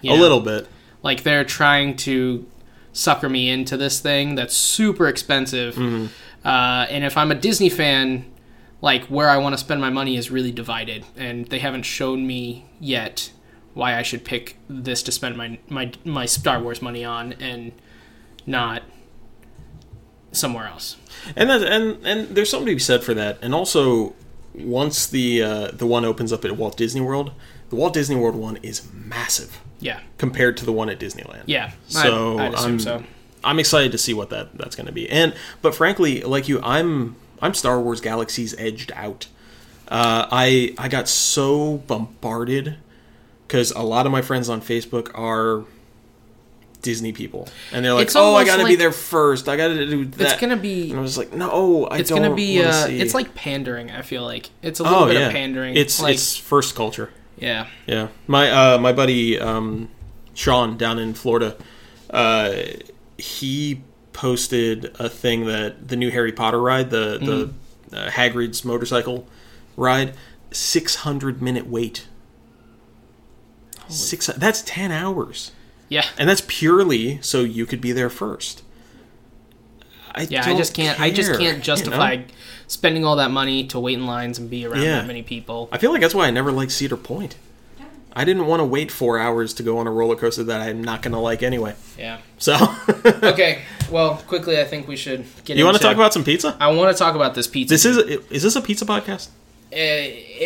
Speaker 1: You
Speaker 2: A
Speaker 1: know?
Speaker 2: little bit.
Speaker 1: Like they're trying to sucker me into this thing that's super expensive.
Speaker 2: Mm-hmm.
Speaker 1: Uh, and if I'm a Disney fan, like where I want to spend my money is really divided, and they haven't shown me yet why I should pick this to spend my my my Star Wars money on and not somewhere else.
Speaker 2: And that, and and there's something to be said for that. And also, once the uh, the one opens up at Walt Disney World, the Walt Disney World one is massive
Speaker 1: Yeah,
Speaker 2: compared to the one at Disneyland.
Speaker 1: yeah. I-
Speaker 2: So
Speaker 1: I'd assume
Speaker 2: am
Speaker 1: so.
Speaker 2: I'm excited to see what that that's going to be. And but frankly, like you, I'm I'm Star Wars Galaxies edged out. Uh, I I got so bombarded because a lot of my friends on Facebook are Disney people, and they're like,
Speaker 1: It's
Speaker 2: "Oh, I
Speaker 1: almost
Speaker 2: got to be
Speaker 1: like-
Speaker 2: there first. I got to do that."
Speaker 1: It's gonna be
Speaker 2: And I was like, "No, I
Speaker 1: it's
Speaker 2: don't."
Speaker 1: gonna be
Speaker 2: wanna
Speaker 1: uh,
Speaker 2: see."
Speaker 1: it's like pandering. I feel like it's a little
Speaker 2: oh
Speaker 1: bit
Speaker 2: yeah,
Speaker 1: of pandering.
Speaker 2: It's
Speaker 1: like,
Speaker 2: it's first culture.
Speaker 1: yeah.
Speaker 2: Yeah, my uh, my buddy um, Sean down in Florida, uh, he posted a thing that the new Harry Potter ride, the the
Speaker 1: Mm.
Speaker 2: uh, Hagrid's motorcycle ride, six hundred minute wait. Six that's ten hours,
Speaker 1: Yeah.
Speaker 2: and that's purely so you could be there first. I
Speaker 1: Yeah, I
Speaker 2: don't
Speaker 1: just can't I just
Speaker 2: care, you
Speaker 1: can't
Speaker 2: know?
Speaker 1: justify spending all that money to wait in lines and be around
Speaker 2: Yeah.
Speaker 1: that many people.
Speaker 2: I feel like that's why I never liked Cedar Point. I didn't want to wait four hours to go on a roller coaster that I'm not going to like anyway.
Speaker 1: Yeah.
Speaker 2: So, *laughs*
Speaker 1: Okay. Well, quickly I think we should get
Speaker 2: you want to
Speaker 1: into-
Speaker 2: talk about some pizza?
Speaker 1: I want to talk about this pizza. Uh,
Speaker 2: This is is this a pizza podcast?
Speaker 1: it,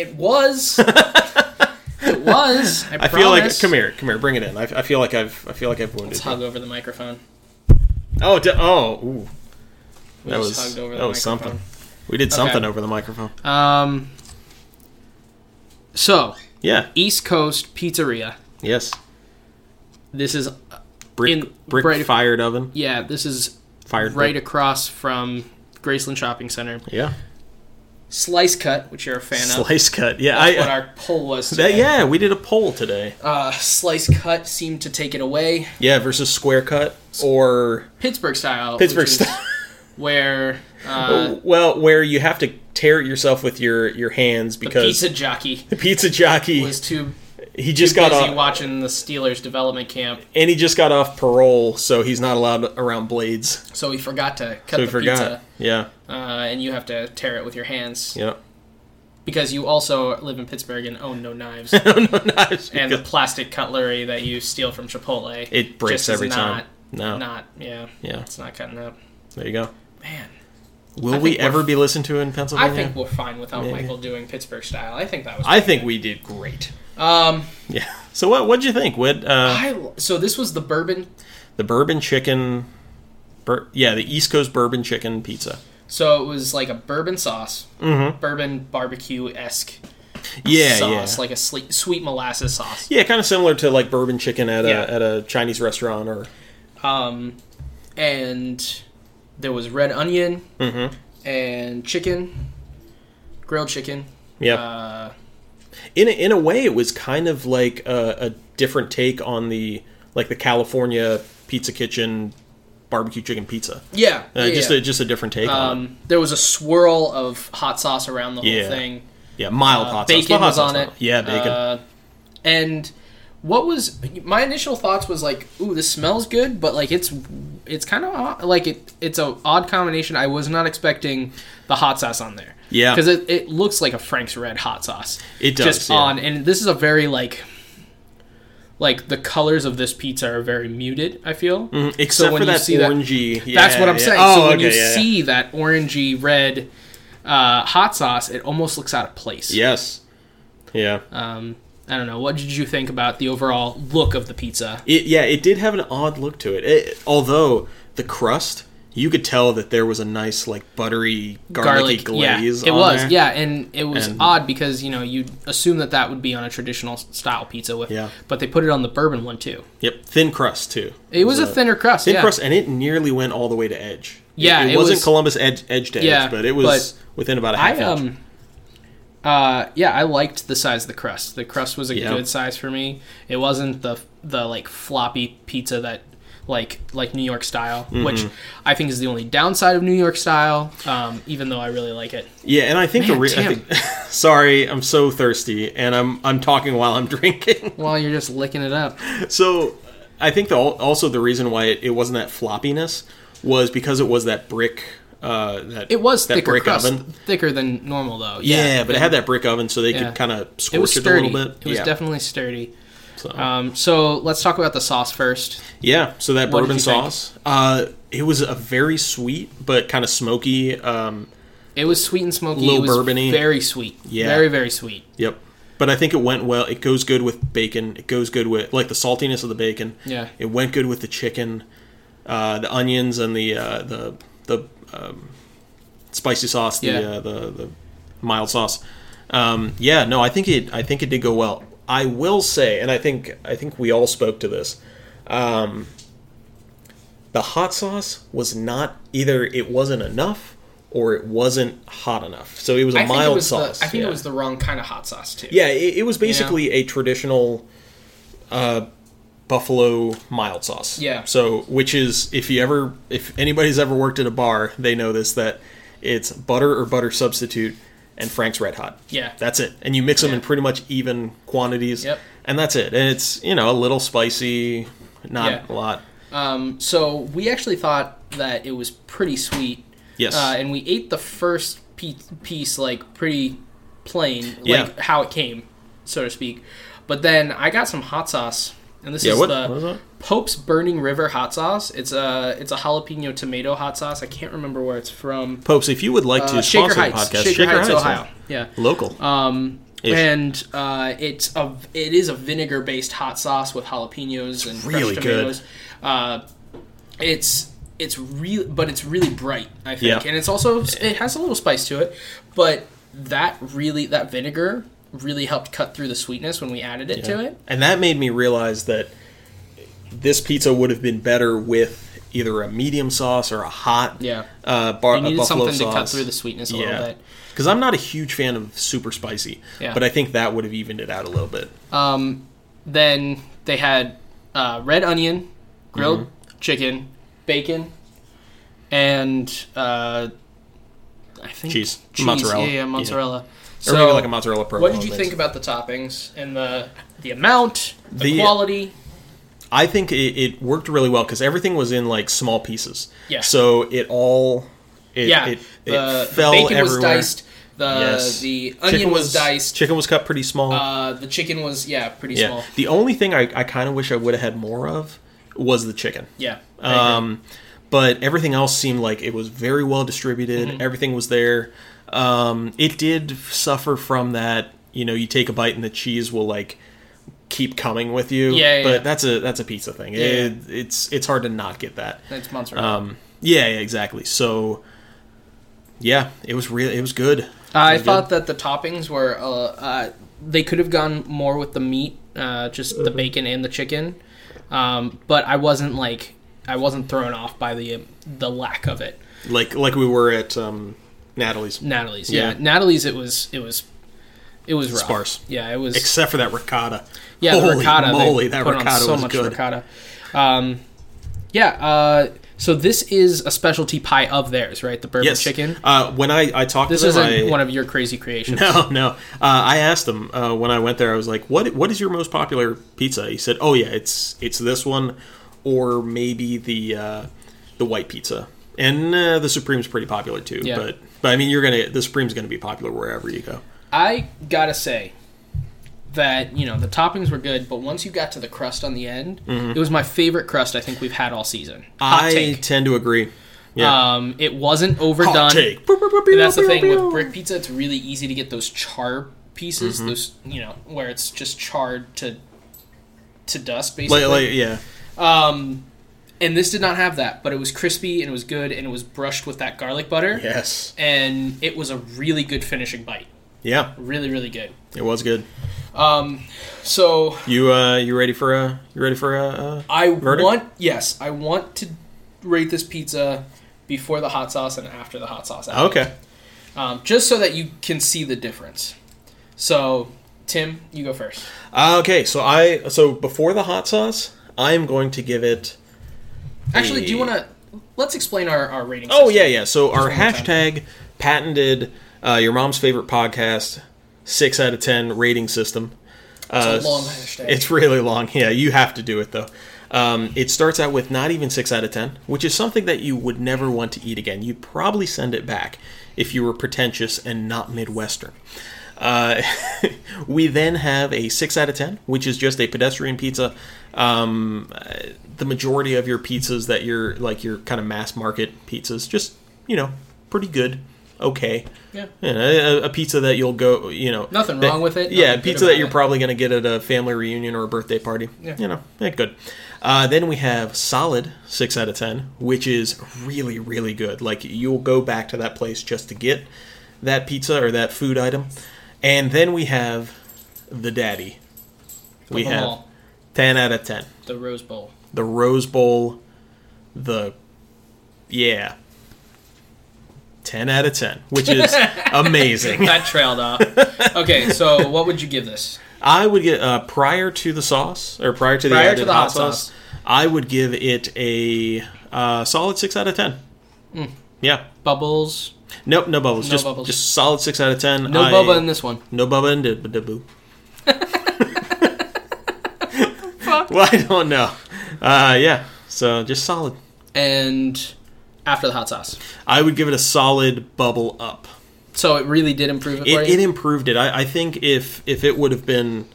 Speaker 1: it
Speaker 2: *laughs*
Speaker 1: was It was. I,
Speaker 2: I feel like
Speaker 1: promise.
Speaker 2: come here, come here, bring it in. I, I feel like I've I feel like I've wounded.
Speaker 1: Let's
Speaker 2: you.
Speaker 1: hug over the microphone.
Speaker 2: Oh, d- oh, ooh,
Speaker 1: We
Speaker 2: that
Speaker 1: just
Speaker 2: was
Speaker 1: hugged over
Speaker 2: that
Speaker 1: the
Speaker 2: was
Speaker 1: microphone.
Speaker 2: something. We did something over the microphone.
Speaker 1: Um So,
Speaker 2: Yeah.
Speaker 1: East Coast Pizzeria.
Speaker 2: Yes.
Speaker 1: This is
Speaker 2: Brick
Speaker 1: In-
Speaker 2: brick
Speaker 1: right-
Speaker 2: fired oven
Speaker 1: yeah, this is
Speaker 2: fired
Speaker 1: right
Speaker 2: brick.
Speaker 1: across from Graceland Shopping Center.
Speaker 2: Yeah.
Speaker 1: Slice cut, which you're a fan of.
Speaker 2: Slice cut. *laughs* Yeah.
Speaker 1: That's what
Speaker 2: I,
Speaker 1: our poll was. *laughs*
Speaker 2: that,
Speaker 1: today.
Speaker 2: yeah. We did a poll today.
Speaker 1: Uh, slice cut seemed to take it away.
Speaker 2: Yeah. Versus square cut or
Speaker 1: Pittsburgh style.
Speaker 2: Pittsburgh
Speaker 1: which is
Speaker 2: style.
Speaker 1: *laughs*
Speaker 2: Oh,
Speaker 1: Where uh,
Speaker 2: well, where you have to tear it yourself with your your hands because
Speaker 1: pizza jockey
Speaker 2: the pizza jockey
Speaker 1: was too
Speaker 2: he just got
Speaker 1: busy
Speaker 2: off
Speaker 1: watching the Steelers development camp,
Speaker 2: and he just got off parole, so he's not allowed around blades.
Speaker 1: so he forgot to cut
Speaker 2: So he
Speaker 1: the
Speaker 2: forgot.
Speaker 1: pizza.
Speaker 2: Yeah,
Speaker 1: Uh, and you have to tear it with your hands
Speaker 2: yeah. *laughs*
Speaker 1: because you also live in Pittsburgh and own no
Speaker 2: *laughs*
Speaker 1: knives.
Speaker 2: no, not as-
Speaker 1: and the plastic cutlery that you steal from Chipotle,
Speaker 2: it breaks
Speaker 1: just is
Speaker 2: every time.
Speaker 1: not-
Speaker 2: No,
Speaker 1: Not yeah,
Speaker 2: yeah.
Speaker 1: it's not cutting up.
Speaker 2: There you go.
Speaker 1: Man,
Speaker 2: Will
Speaker 1: think
Speaker 2: we
Speaker 1: we're-
Speaker 2: ever be listened to in
Speaker 1: I
Speaker 2: Pennsylvania?
Speaker 1: think we're fine without
Speaker 2: Maybe.
Speaker 1: Michael doing Pittsburgh style. I think that was.
Speaker 2: I think we did great.
Speaker 1: Um,
Speaker 2: Yeah. So what? What'd you think? What? Uh,
Speaker 1: I so this was the bourbon.
Speaker 2: the bourbon chicken. Bur- yeah, the East Coast bourbon chicken pizza.
Speaker 1: So it was like a bourbon sauce, bourbon barbecue esque
Speaker 2: Mm-hmm. Yeah,
Speaker 1: sauce,
Speaker 2: yeah.
Speaker 1: like a sle- sweet molasses sauce.
Speaker 2: yeah, kind of similar to like bourbon chicken at a
Speaker 1: Yeah.
Speaker 2: at a Chinese restaurant or
Speaker 1: Um, and there was red onion
Speaker 2: Mm-hmm.
Speaker 1: and chicken, grilled chicken.
Speaker 2: yeah.
Speaker 1: Uh,
Speaker 2: in a, in a way, it was kind of like a, a different take on the like the California Pizza Kitchen barbecue chicken pizza.
Speaker 1: yeah,
Speaker 2: Uh,
Speaker 1: yeah,
Speaker 2: just
Speaker 1: yeah.
Speaker 2: a just a different take on it.
Speaker 1: um, there was a swirl of hot sauce around the whole
Speaker 2: Yeah.
Speaker 1: thing.
Speaker 2: Yeah, mild
Speaker 1: uh,
Speaker 2: hot sauce.
Speaker 1: bacon
Speaker 2: Not hot
Speaker 1: was
Speaker 2: sauce,
Speaker 1: on
Speaker 2: no.
Speaker 1: it.
Speaker 2: Yeah, bacon.
Speaker 1: Uh, and what was my initial thoughts was like, ooh, this smells good, but like it's it's kind of odd, like it it's a odd combination. I was not expecting the hot sauce on there.
Speaker 2: Yeah.
Speaker 1: because it, it looks like a Frank's Red hot sauce.
Speaker 2: It does,
Speaker 1: just
Speaker 2: yeah.
Speaker 1: on, and this is a very like. Like the colors of this pizza are very muted. I feel,
Speaker 2: Except
Speaker 1: when
Speaker 2: for
Speaker 1: you
Speaker 2: that
Speaker 1: see that-
Speaker 2: orangey.
Speaker 1: that's
Speaker 2: Mm-hmm. yeah,
Speaker 1: what I'm
Speaker 2: yeah.
Speaker 1: saying.
Speaker 2: Oh,
Speaker 1: so when
Speaker 2: okay,
Speaker 1: you
Speaker 2: yeah, yeah.
Speaker 1: see that orangey red uh, hot sauce, it almost looks out of place.
Speaker 2: yes, yeah,
Speaker 1: Um, I don't know. What did you think about the overall look of the pizza?
Speaker 2: it, yeah, it did have an odd look to it. it. Although the crust, you could tell that there was a nice like buttery garlicky
Speaker 1: yeah,
Speaker 2: glaze.
Speaker 1: it
Speaker 2: on
Speaker 1: was,
Speaker 2: there.
Speaker 1: yeah, and it was
Speaker 2: And-
Speaker 1: odd because you know you'd assume that that would be on a traditional s- style pizza with,
Speaker 2: Yeah.
Speaker 1: but they put it on the bourbon one too.
Speaker 2: Yep, thin crust too. Uh,
Speaker 1: It was a thinner crust,
Speaker 2: thin
Speaker 1: yeah.
Speaker 2: crust, and it nearly went all the way to edge. It-
Speaker 1: Yeah,
Speaker 2: it,
Speaker 1: it
Speaker 2: wasn't
Speaker 1: was-
Speaker 2: Columbus edge edge to
Speaker 1: Yeah,
Speaker 2: edge, but it was within about a half
Speaker 1: I
Speaker 2: inch.
Speaker 1: um, uh, yeah, I liked the size of the crust. The crust was a
Speaker 2: Yeah.
Speaker 1: good size for me. It wasn't the the like floppy pizza that like like New York style,
Speaker 2: Mm-hmm.
Speaker 1: which I think is the only downside of New York style. Um, even though I really like it.
Speaker 2: Yeah, and I think the
Speaker 1: Man,
Speaker 2: re- I
Speaker 1: damn.
Speaker 2: think, *laughs* sorry, I'm so thirsty, and I'm I'm talking while I'm *laughs* drinking.
Speaker 1: Well, you're just licking it up.
Speaker 2: so I think the al- also the reason why it, it wasn't that floppiness was because it was that brick. Uh, that
Speaker 1: It was
Speaker 2: that
Speaker 1: thicker
Speaker 2: brick
Speaker 1: crust,
Speaker 2: oven.
Speaker 1: thicker than normal though.
Speaker 2: Yeah, but it had that brick oven, so they
Speaker 1: Yeah.
Speaker 2: could kind of scorch
Speaker 1: it
Speaker 2: it,
Speaker 1: was
Speaker 2: a
Speaker 1: sturdy.
Speaker 2: little bit.
Speaker 1: It was
Speaker 2: yeah.
Speaker 1: definitely sturdy.
Speaker 2: so.
Speaker 1: Um, so let's talk about the sauce first.
Speaker 2: Yeah, so that
Speaker 1: What did
Speaker 2: bourbon
Speaker 1: you think?
Speaker 2: sauce. Uh, it was a very sweet but kind of smoky. Um,
Speaker 1: It was sweet and smoky.
Speaker 2: Little
Speaker 1: it was
Speaker 2: bourbony.
Speaker 1: Very sweet.
Speaker 2: Yeah.
Speaker 1: Very very sweet.
Speaker 2: yep. But I think it went well. It goes good with bacon. It goes good with like the saltiness of the bacon.
Speaker 1: Yeah.
Speaker 2: It went good with the chicken, uh, the onions, and the uh, the the um, spicy sauce. The,
Speaker 1: Yeah.
Speaker 2: uh, the the mild sauce. Um, yeah. No, I think it. I think it did go well. I will say, and I think I think we all spoke to this. um, the hot sauce was not either it wasn't enough or it wasn't hot enough. So it was a
Speaker 1: I think it
Speaker 2: mild
Speaker 1: was the-
Speaker 2: sauce.
Speaker 1: I think
Speaker 2: yeah.
Speaker 1: it was the wrong kind of hot sauce too.
Speaker 2: Yeah, it, it was basically a traditional uh, buffalo mild sauce.
Speaker 1: Yeah.
Speaker 2: So which is if you ever if anybody's ever worked at a bar, they know this that it's butter or butter substitute and Frank's Red Hot.
Speaker 1: Yeah.
Speaker 2: That's it. And you mix them in
Speaker 1: Yeah.
Speaker 2: pretty much even quantities.
Speaker 1: Yep.
Speaker 2: And that's it. And it's, you know, a little spicy, not
Speaker 1: Yeah.
Speaker 2: a lot.
Speaker 1: Um, so we actually thought that it was pretty sweet.
Speaker 2: Yes.
Speaker 1: Uh, and we ate the first pe- piece like pretty plain, like
Speaker 2: Yeah.
Speaker 1: how it came, so to speak. But then I got some hot sauce, and this
Speaker 2: yeah,
Speaker 1: is
Speaker 2: what,
Speaker 1: the
Speaker 2: what is that?
Speaker 1: Pope's Burning River hot sauce. It's a it's a jalapeno tomato hot sauce. I can't remember where it's from.
Speaker 2: Popes, if you would like to
Speaker 1: Uh, Shaker
Speaker 2: sponsor
Speaker 1: Heights,
Speaker 2: the podcast,
Speaker 1: Shaker, Heights,
Speaker 2: Heights,
Speaker 1: Ohio. Yeah.
Speaker 2: yeah. local.
Speaker 1: Um,
Speaker 2: Ish.
Speaker 1: and uh, it's a it is a vinegar based hot sauce with jalapenos and
Speaker 2: really
Speaker 1: crushed
Speaker 2: good.
Speaker 1: tomatoes. Uh, it's it's real, but it's really bright. I think,
Speaker 2: Yeah.
Speaker 1: and it's also it has a little spice to it, but that really that vinegar really helped cut through the sweetness when we added it to it.
Speaker 2: and that made me realize that this pizza would have been better with either a medium sauce or a hot
Speaker 1: Yeah.
Speaker 2: uh, bar,
Speaker 1: You
Speaker 2: a
Speaker 1: needed
Speaker 2: buffalo
Speaker 1: something
Speaker 2: sauce.
Speaker 1: to cut through the sweetness a little
Speaker 2: yeah,
Speaker 1: bit.
Speaker 2: because I'm not a huge fan of super spicy,
Speaker 1: Yeah.
Speaker 2: but I think that would have evened it out a little bit.
Speaker 1: Then they had uh, red onion, grilled
Speaker 2: Mm-hmm.
Speaker 1: chicken, bacon, and uh, I think
Speaker 2: Cheese. Mozzarella.
Speaker 1: Mm. Yeah, yeah,
Speaker 2: Yeah.
Speaker 1: mozzarella.
Speaker 2: Or
Speaker 1: So,
Speaker 2: maybe like a mozzarella provolone.
Speaker 1: what did you
Speaker 2: base.
Speaker 1: think about the toppings and the the amount, the,
Speaker 2: The-
Speaker 1: quality?
Speaker 2: I think it, it worked really well because everything was in like small pieces.
Speaker 1: Yeah.
Speaker 2: So it all, it,
Speaker 1: yeah,
Speaker 2: it, it
Speaker 1: the, the
Speaker 2: fell
Speaker 1: bacon was
Speaker 2: everywhere.
Speaker 1: diced. The
Speaker 2: Yes.
Speaker 1: the
Speaker 2: Chicken
Speaker 1: onion was, diced.
Speaker 2: Chicken was cut pretty small.
Speaker 1: uh, the chicken was yeah, pretty
Speaker 2: Yeah.
Speaker 1: small.
Speaker 2: The only thing I, I kind of wish I would have had more of was the chicken.
Speaker 1: Yeah. I agree.
Speaker 2: Um, but everything else seemed like it was very well distributed.
Speaker 1: Mm-hmm.
Speaker 2: Everything was there. Um, it did suffer from that. You know, you take a bite and the cheese will like keep coming with you.
Speaker 1: Yeah, yeah,
Speaker 2: but
Speaker 1: yeah.
Speaker 2: that's a that's a pizza thing. It, it's it's hard to not get that.
Speaker 1: that's mozzarella.
Speaker 2: Um, yeah, yeah, exactly. So yeah, it was real. It was good.
Speaker 1: I
Speaker 2: It was
Speaker 1: thought that the toppings were uh, uh, they could have gone more with the meat, uh, just the bacon and the chicken. Um, but I wasn't like I wasn't thrown off by the the lack of it.
Speaker 2: good. like like we were at um, Natalie's,
Speaker 1: Natalie's, yeah,
Speaker 2: Yeah.
Speaker 1: Natalie's. It was it was it was rough.
Speaker 2: Sparse.
Speaker 1: Yeah, it was.
Speaker 2: except for that ricotta.
Speaker 1: yeah,
Speaker 2: Holy
Speaker 1: the ricotta. they
Speaker 2: moly, that
Speaker 1: put on
Speaker 2: ricotta
Speaker 1: so
Speaker 2: was
Speaker 1: much
Speaker 2: good.
Speaker 1: ricotta. Um, yeah. Uh, so this is a specialty pie of theirs, right? The bourbon
Speaker 2: Yes.
Speaker 1: chicken.
Speaker 2: Uh, when I, I talked
Speaker 1: This
Speaker 2: to them,
Speaker 1: isn't
Speaker 2: I,
Speaker 1: one of your crazy creations.
Speaker 2: *laughs* no, no. Uh, I asked them uh, when I went there. I was like, "What? What is your most popular pizza?" He said, "Oh yeah, it's it's this one, or maybe the uh, the white pizza." And uh, the Supreme's pretty popular too.
Speaker 1: Yeah.
Speaker 2: But but I mean, you're gonna the Supreme's gonna be popular wherever you go.
Speaker 1: I gotta say that you know the toppings were good, but once you got to the crust on the end, it was my favorite crust I think we've had all season. Hot
Speaker 2: Mm-hmm. I
Speaker 1: take.
Speaker 2: tend to agree. Yeah.
Speaker 1: Um, it wasn't
Speaker 2: Hot
Speaker 1: overdone.
Speaker 2: take.
Speaker 1: And that's the thing with brick pizza; it's really easy to get those char pieces,
Speaker 2: Mm-hmm.
Speaker 1: those you know where it's just charred to to dust basically.
Speaker 2: Like, like, yeah.
Speaker 1: um, And this did not have that, but it was crispy and it was good and it was brushed with that garlic butter.
Speaker 2: Yes.
Speaker 1: And it was a really good finishing bite.
Speaker 2: Yeah,
Speaker 1: Really, really good.
Speaker 2: it was good.
Speaker 1: Um, so
Speaker 2: You uh, you ready for a you ready for a? Uh,
Speaker 1: I
Speaker 2: Verdict?
Speaker 1: want yes, I want to rate this pizza before the hot sauce and after the hot sauce.
Speaker 2: uh, okay.
Speaker 1: Um, just so that you can see the difference. So, Tim, you go first.
Speaker 2: Uh, okay. So I so before the hot sauce, I am going to give it.
Speaker 1: Actually, do you
Speaker 2: Yeah.
Speaker 1: want to? Let's explain our our rating.
Speaker 2: Oh
Speaker 1: system.
Speaker 2: yeah, yeah. So our
Speaker 1: one more
Speaker 2: hashtag patented uh, your mom's favorite podcast six out of ten rating system.
Speaker 1: It's a long
Speaker 2: Uh,
Speaker 1: hashtag.
Speaker 2: It's really long. Yeah, you have to do it though. Um, it starts out with not even six out of ten, which is something that you would never want to eat again. You'd probably send it back if you were pretentious and not Midwestern. Uh, *laughs* we then have a six out of ten, which is just a pedestrian pizza. Um, uh, the majority of your pizzas that you're like your kind of mass market pizzas, just you know, pretty good, okay.
Speaker 1: Yeah.
Speaker 2: You know, a, a pizza that you'll go, you know,
Speaker 1: Nothing
Speaker 2: that-
Speaker 1: wrong with it,
Speaker 2: Yeah,
Speaker 1: nothing good
Speaker 2: pizza that
Speaker 1: about
Speaker 2: you're
Speaker 1: it.
Speaker 2: probably going to get at a family reunion or a birthday party.
Speaker 1: Yeah.
Speaker 2: You know, yeah, good. Uh, then we have solid six out of ten, which is really, really good. Like you'll go back to that place just to get that pizza or that food item. And then we have the daddy. We
Speaker 1: them
Speaker 2: have
Speaker 1: all.
Speaker 2: ten out of ten.
Speaker 1: the Rose Bowl.
Speaker 2: The Rose Bowl, the yeah. 10 out of 10,
Speaker 1: *laughs*
Speaker 2: which is amazing.
Speaker 1: That trailed
Speaker 2: *laughs*
Speaker 1: off. Okay, so what would you give this?
Speaker 2: I would get uh, prior to the sauce or prior to the
Speaker 1: Prior
Speaker 2: added
Speaker 1: to the
Speaker 2: hot,
Speaker 1: hot
Speaker 2: sauce,
Speaker 1: sauce.
Speaker 2: I would give it a uh, solid six out of ten. Yeah,
Speaker 1: Bubbles.
Speaker 2: nope, no bubbles,
Speaker 1: Hmm. No
Speaker 2: just
Speaker 1: bubbles.
Speaker 2: just solid six out of ten.
Speaker 1: No
Speaker 2: I-
Speaker 1: boba in this one.
Speaker 2: no bubba and dib-
Speaker 1: *laughs*
Speaker 2: dibboo. *laughs* well, I don't know. Uh, yeah, so just solid.
Speaker 1: And after the hot sauce.
Speaker 2: I would give it a solid bubble up.
Speaker 1: So it really did improve it, for
Speaker 2: it,
Speaker 1: you?
Speaker 2: it improved it. I, I think if if it would have been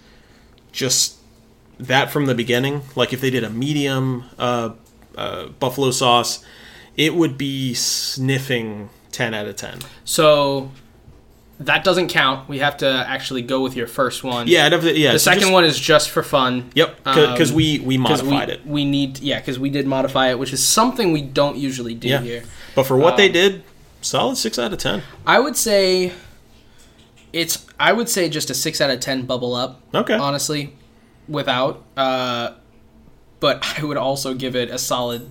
Speaker 2: just that from the beginning, like if they did a medium uh, uh, buffalo sauce, it would be sniffing ten out of ten.
Speaker 1: So that doesn't count. We have to actually go with your first one.
Speaker 2: Yeah, I'd have to- yeah.
Speaker 1: The second
Speaker 2: just,
Speaker 1: one is just for fun.
Speaker 2: Yep, because
Speaker 1: um,
Speaker 2: we we
Speaker 1: 'Cause
Speaker 2: modified
Speaker 1: we,
Speaker 2: it.
Speaker 1: We need, yeah, because we did modify it, which is something we don't usually do
Speaker 2: Yeah,
Speaker 1: here.
Speaker 2: but for what they
Speaker 1: um,
Speaker 2: did, solid six out of ten.
Speaker 1: I would say it's. I would say just a six out of ten bubble up.
Speaker 2: Okay.
Speaker 1: Honestly, without. Uh, but *laughs* I would also give it a solid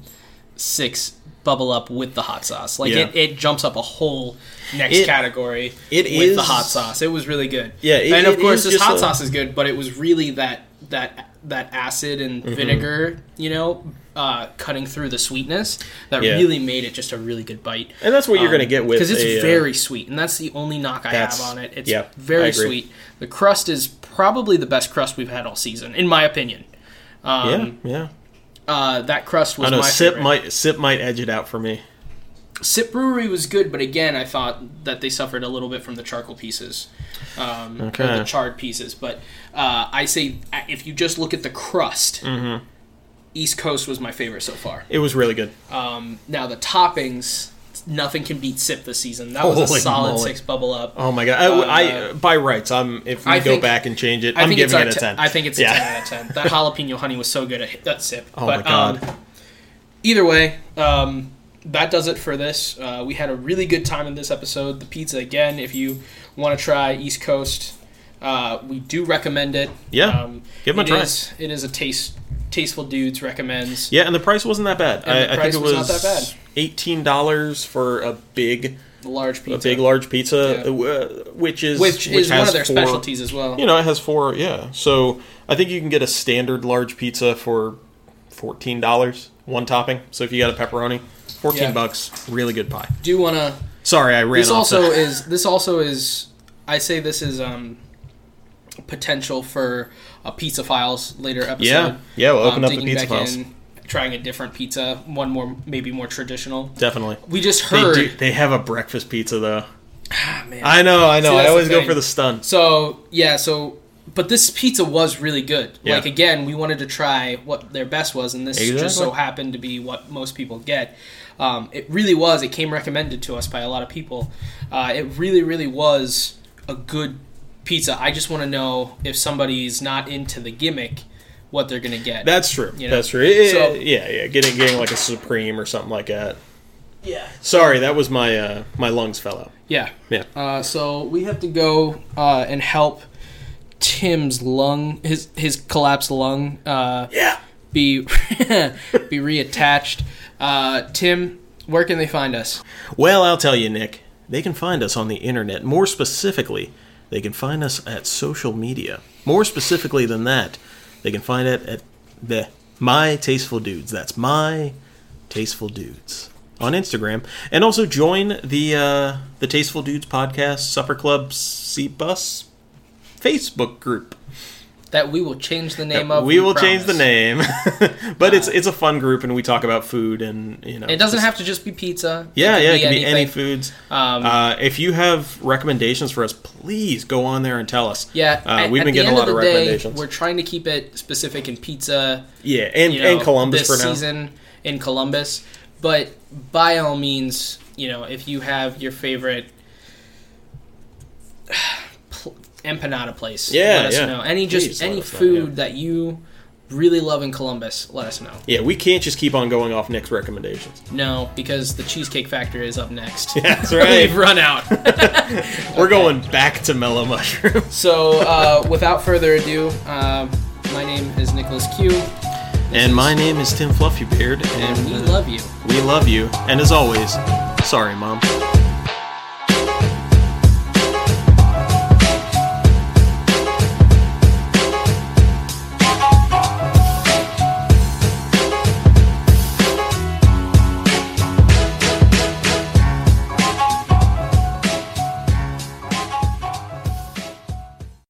Speaker 1: six bubble up with the hot sauce. Like
Speaker 2: Yeah.
Speaker 1: it, it jumps up a whole next
Speaker 2: It-
Speaker 1: category.
Speaker 2: it
Speaker 1: with
Speaker 2: is-
Speaker 1: the hot sauce. It was really good.
Speaker 2: Yeah, it-
Speaker 1: and of
Speaker 2: it
Speaker 1: course
Speaker 2: is
Speaker 1: this
Speaker 2: just
Speaker 1: hot
Speaker 2: a-
Speaker 1: sauce is good, but it was really that that that acid and
Speaker 2: Mm-hmm.
Speaker 1: vinegar, you know, uh, cutting through the sweetness that
Speaker 2: Yeah.
Speaker 1: really made it just a really good bite
Speaker 2: And that's what you're going to get with
Speaker 1: because um, it's
Speaker 2: a, uh,
Speaker 1: very sweet, and that's the only knock I have
Speaker 2: That's-
Speaker 1: on it. It's
Speaker 2: yeah, I
Speaker 1: very
Speaker 2: agree.
Speaker 1: sweet. The crust is probably the best crust we've had all season, in my opinion. Um,
Speaker 2: yeah, yeah.
Speaker 1: uh, that crust was
Speaker 2: I know
Speaker 1: my
Speaker 2: sip
Speaker 1: favorite.
Speaker 2: might sip might edge it out for me.
Speaker 1: Sip Brewery was good, but again, I thought that they suffered a little bit from the charcoal pieces, um, or
Speaker 2: Okay.
Speaker 1: the charred pieces. But uh, I say uh, if you just look at the crust,
Speaker 2: Mm-hmm.
Speaker 1: East Coast was my favorite so far.
Speaker 2: It was really good.
Speaker 1: Um, now the toppings, nothing can beat Sip this season. That was a
Speaker 2: Holy
Speaker 1: solid
Speaker 2: moly.
Speaker 1: six bubble up.
Speaker 2: Oh my god! I, I- by rights, I'm if we
Speaker 1: Uh, I
Speaker 2: go
Speaker 1: think-
Speaker 2: back and change it,
Speaker 1: I
Speaker 2: I'm
Speaker 1: think
Speaker 2: giving it a
Speaker 1: it's our
Speaker 2: ten.
Speaker 1: I think it's a
Speaker 2: Yeah.
Speaker 1: 10 out of 10. That jalapeno honey was so good. I hit that sip.
Speaker 2: Oh
Speaker 1: but,
Speaker 2: my God.
Speaker 1: Um, either way, um, that does it for this. Uh, we had a really good time in this episode. The pizza, again, if you want to try East Coast, uh, we do recommend it. Um,
Speaker 2: Yeah. Give 'em a
Speaker 1: it
Speaker 2: try.
Speaker 1: is- it is a taste. Tasteful Dudes recommends.
Speaker 2: *laughs* Yeah, and the price wasn't that bad.
Speaker 1: And the
Speaker 2: I, I
Speaker 1: price
Speaker 2: think it
Speaker 1: was
Speaker 2: was,
Speaker 1: not that bad.
Speaker 2: eighteen dollars for a big,
Speaker 1: The large pizza.
Speaker 2: a big large pizza,
Speaker 1: Yeah.
Speaker 2: uh, which is
Speaker 1: which, is one
Speaker 2: has
Speaker 1: of their
Speaker 2: four-
Speaker 1: specialties as well.
Speaker 2: You know, it has four. Yeah, so I think you can get a standard large pizza for fourteen dollars, one topping. So if you got a pepperoni, fourteen
Speaker 1: Yeah.
Speaker 2: bucks, really good pie.
Speaker 1: Do you want to
Speaker 2: Sorry, I ran.
Speaker 1: this
Speaker 2: off
Speaker 1: also
Speaker 2: *laughs* the-
Speaker 1: is this also is I say this is um potential for a pizza files later episode.
Speaker 2: yeah, yeah. We'll open
Speaker 1: Um,
Speaker 2: up the
Speaker 1: digging
Speaker 2: pizza
Speaker 1: back
Speaker 2: files.
Speaker 1: in, trying a different pizza, one more maybe more traditional.
Speaker 2: Definitely.
Speaker 1: We just
Speaker 2: They,
Speaker 1: heard.
Speaker 2: do, they have a breakfast pizza though.
Speaker 1: Ah, man.
Speaker 2: I know, I know.
Speaker 1: See, that's
Speaker 2: I
Speaker 1: the
Speaker 2: always go
Speaker 1: thing.
Speaker 2: for the stun.
Speaker 1: so yeah, so but this pizza was really good.
Speaker 2: Yeah.
Speaker 1: Like again, we wanted to try what their best was, and this just
Speaker 2: Exactly.
Speaker 1: so happened to be what most people get. Um, it really was. It came recommended to us by a lot of people. Uh, it really, really was a good pizza. I just want to know if somebody's not into the gimmick, what they're gonna get.
Speaker 2: That's true.
Speaker 1: You know?
Speaker 2: That's true. It-
Speaker 1: So-
Speaker 2: yeah, yeah. Getting getting like a supreme or something like that.
Speaker 1: yeah.
Speaker 2: Sorry, that was my uh, my lungs fell out.
Speaker 1: Yeah.
Speaker 2: Yeah.
Speaker 1: Uh, so we have to go uh, and help Tim's lung, his his collapsed lung, uh,
Speaker 2: yeah.
Speaker 1: be *laughs* be reattached. Uh, Tim, where can they find us?
Speaker 2: Well, I'll tell you, Nick. They can find us on the internet. More specifically, they can find us at social media. More specifically than that, they can find it at the My Tasteful Dudes. That's My Tasteful Dudes on Instagram, and also join the uh, the Tasteful Dudes podcast Supper Club C Bus Facebook group.
Speaker 1: That we will change the name of.
Speaker 2: we will change the
Speaker 1: promise.
Speaker 2: name, *laughs* but it's it's a fun group, and we talk about food and you know
Speaker 1: It doesn't
Speaker 2: just-
Speaker 1: have to just be pizza.
Speaker 2: yeah, yeah, it can be any
Speaker 1: anything.
Speaker 2: foods.
Speaker 1: Um,
Speaker 2: uh, if you have recommendations for us, please go on there and tell us.
Speaker 1: Yeah,
Speaker 2: uh,
Speaker 1: at-
Speaker 2: we've
Speaker 1: at
Speaker 2: been
Speaker 1: the end
Speaker 2: getting a lot of,
Speaker 1: the day,
Speaker 2: recommendations.
Speaker 1: we're trying to keep it specific in pizza.
Speaker 2: yeah, and,
Speaker 1: you know,
Speaker 2: and Columbus for
Speaker 1: this
Speaker 2: now.
Speaker 1: season in Columbus. But by all means, you know, if you have your favorite *sighs* pl- empanada place,
Speaker 2: Yeah,
Speaker 1: let us
Speaker 2: yeah.
Speaker 1: know. Any
Speaker 2: Please
Speaker 1: just
Speaker 2: let
Speaker 1: any
Speaker 2: us know,
Speaker 1: food
Speaker 2: yeah.
Speaker 1: that you really love in Columbus, let us know.
Speaker 2: Yeah, we can't just keep on going off
Speaker 1: *laughs*
Speaker 2: Nick's recommendations.
Speaker 1: No, because the Cheesecake Factory is up next.
Speaker 2: That's
Speaker 1: *laughs*
Speaker 2: right.
Speaker 1: We've run out.
Speaker 2: We're going back to
Speaker 1: *laughs*
Speaker 2: mellow mushrooms.
Speaker 1: so, uh, without further ado, um, my name is Nicholas Q,
Speaker 2: and my name is Tim Fluffybeard,
Speaker 1: and
Speaker 2: and
Speaker 1: we love you.
Speaker 2: we love you. And as always, sorry, Mom.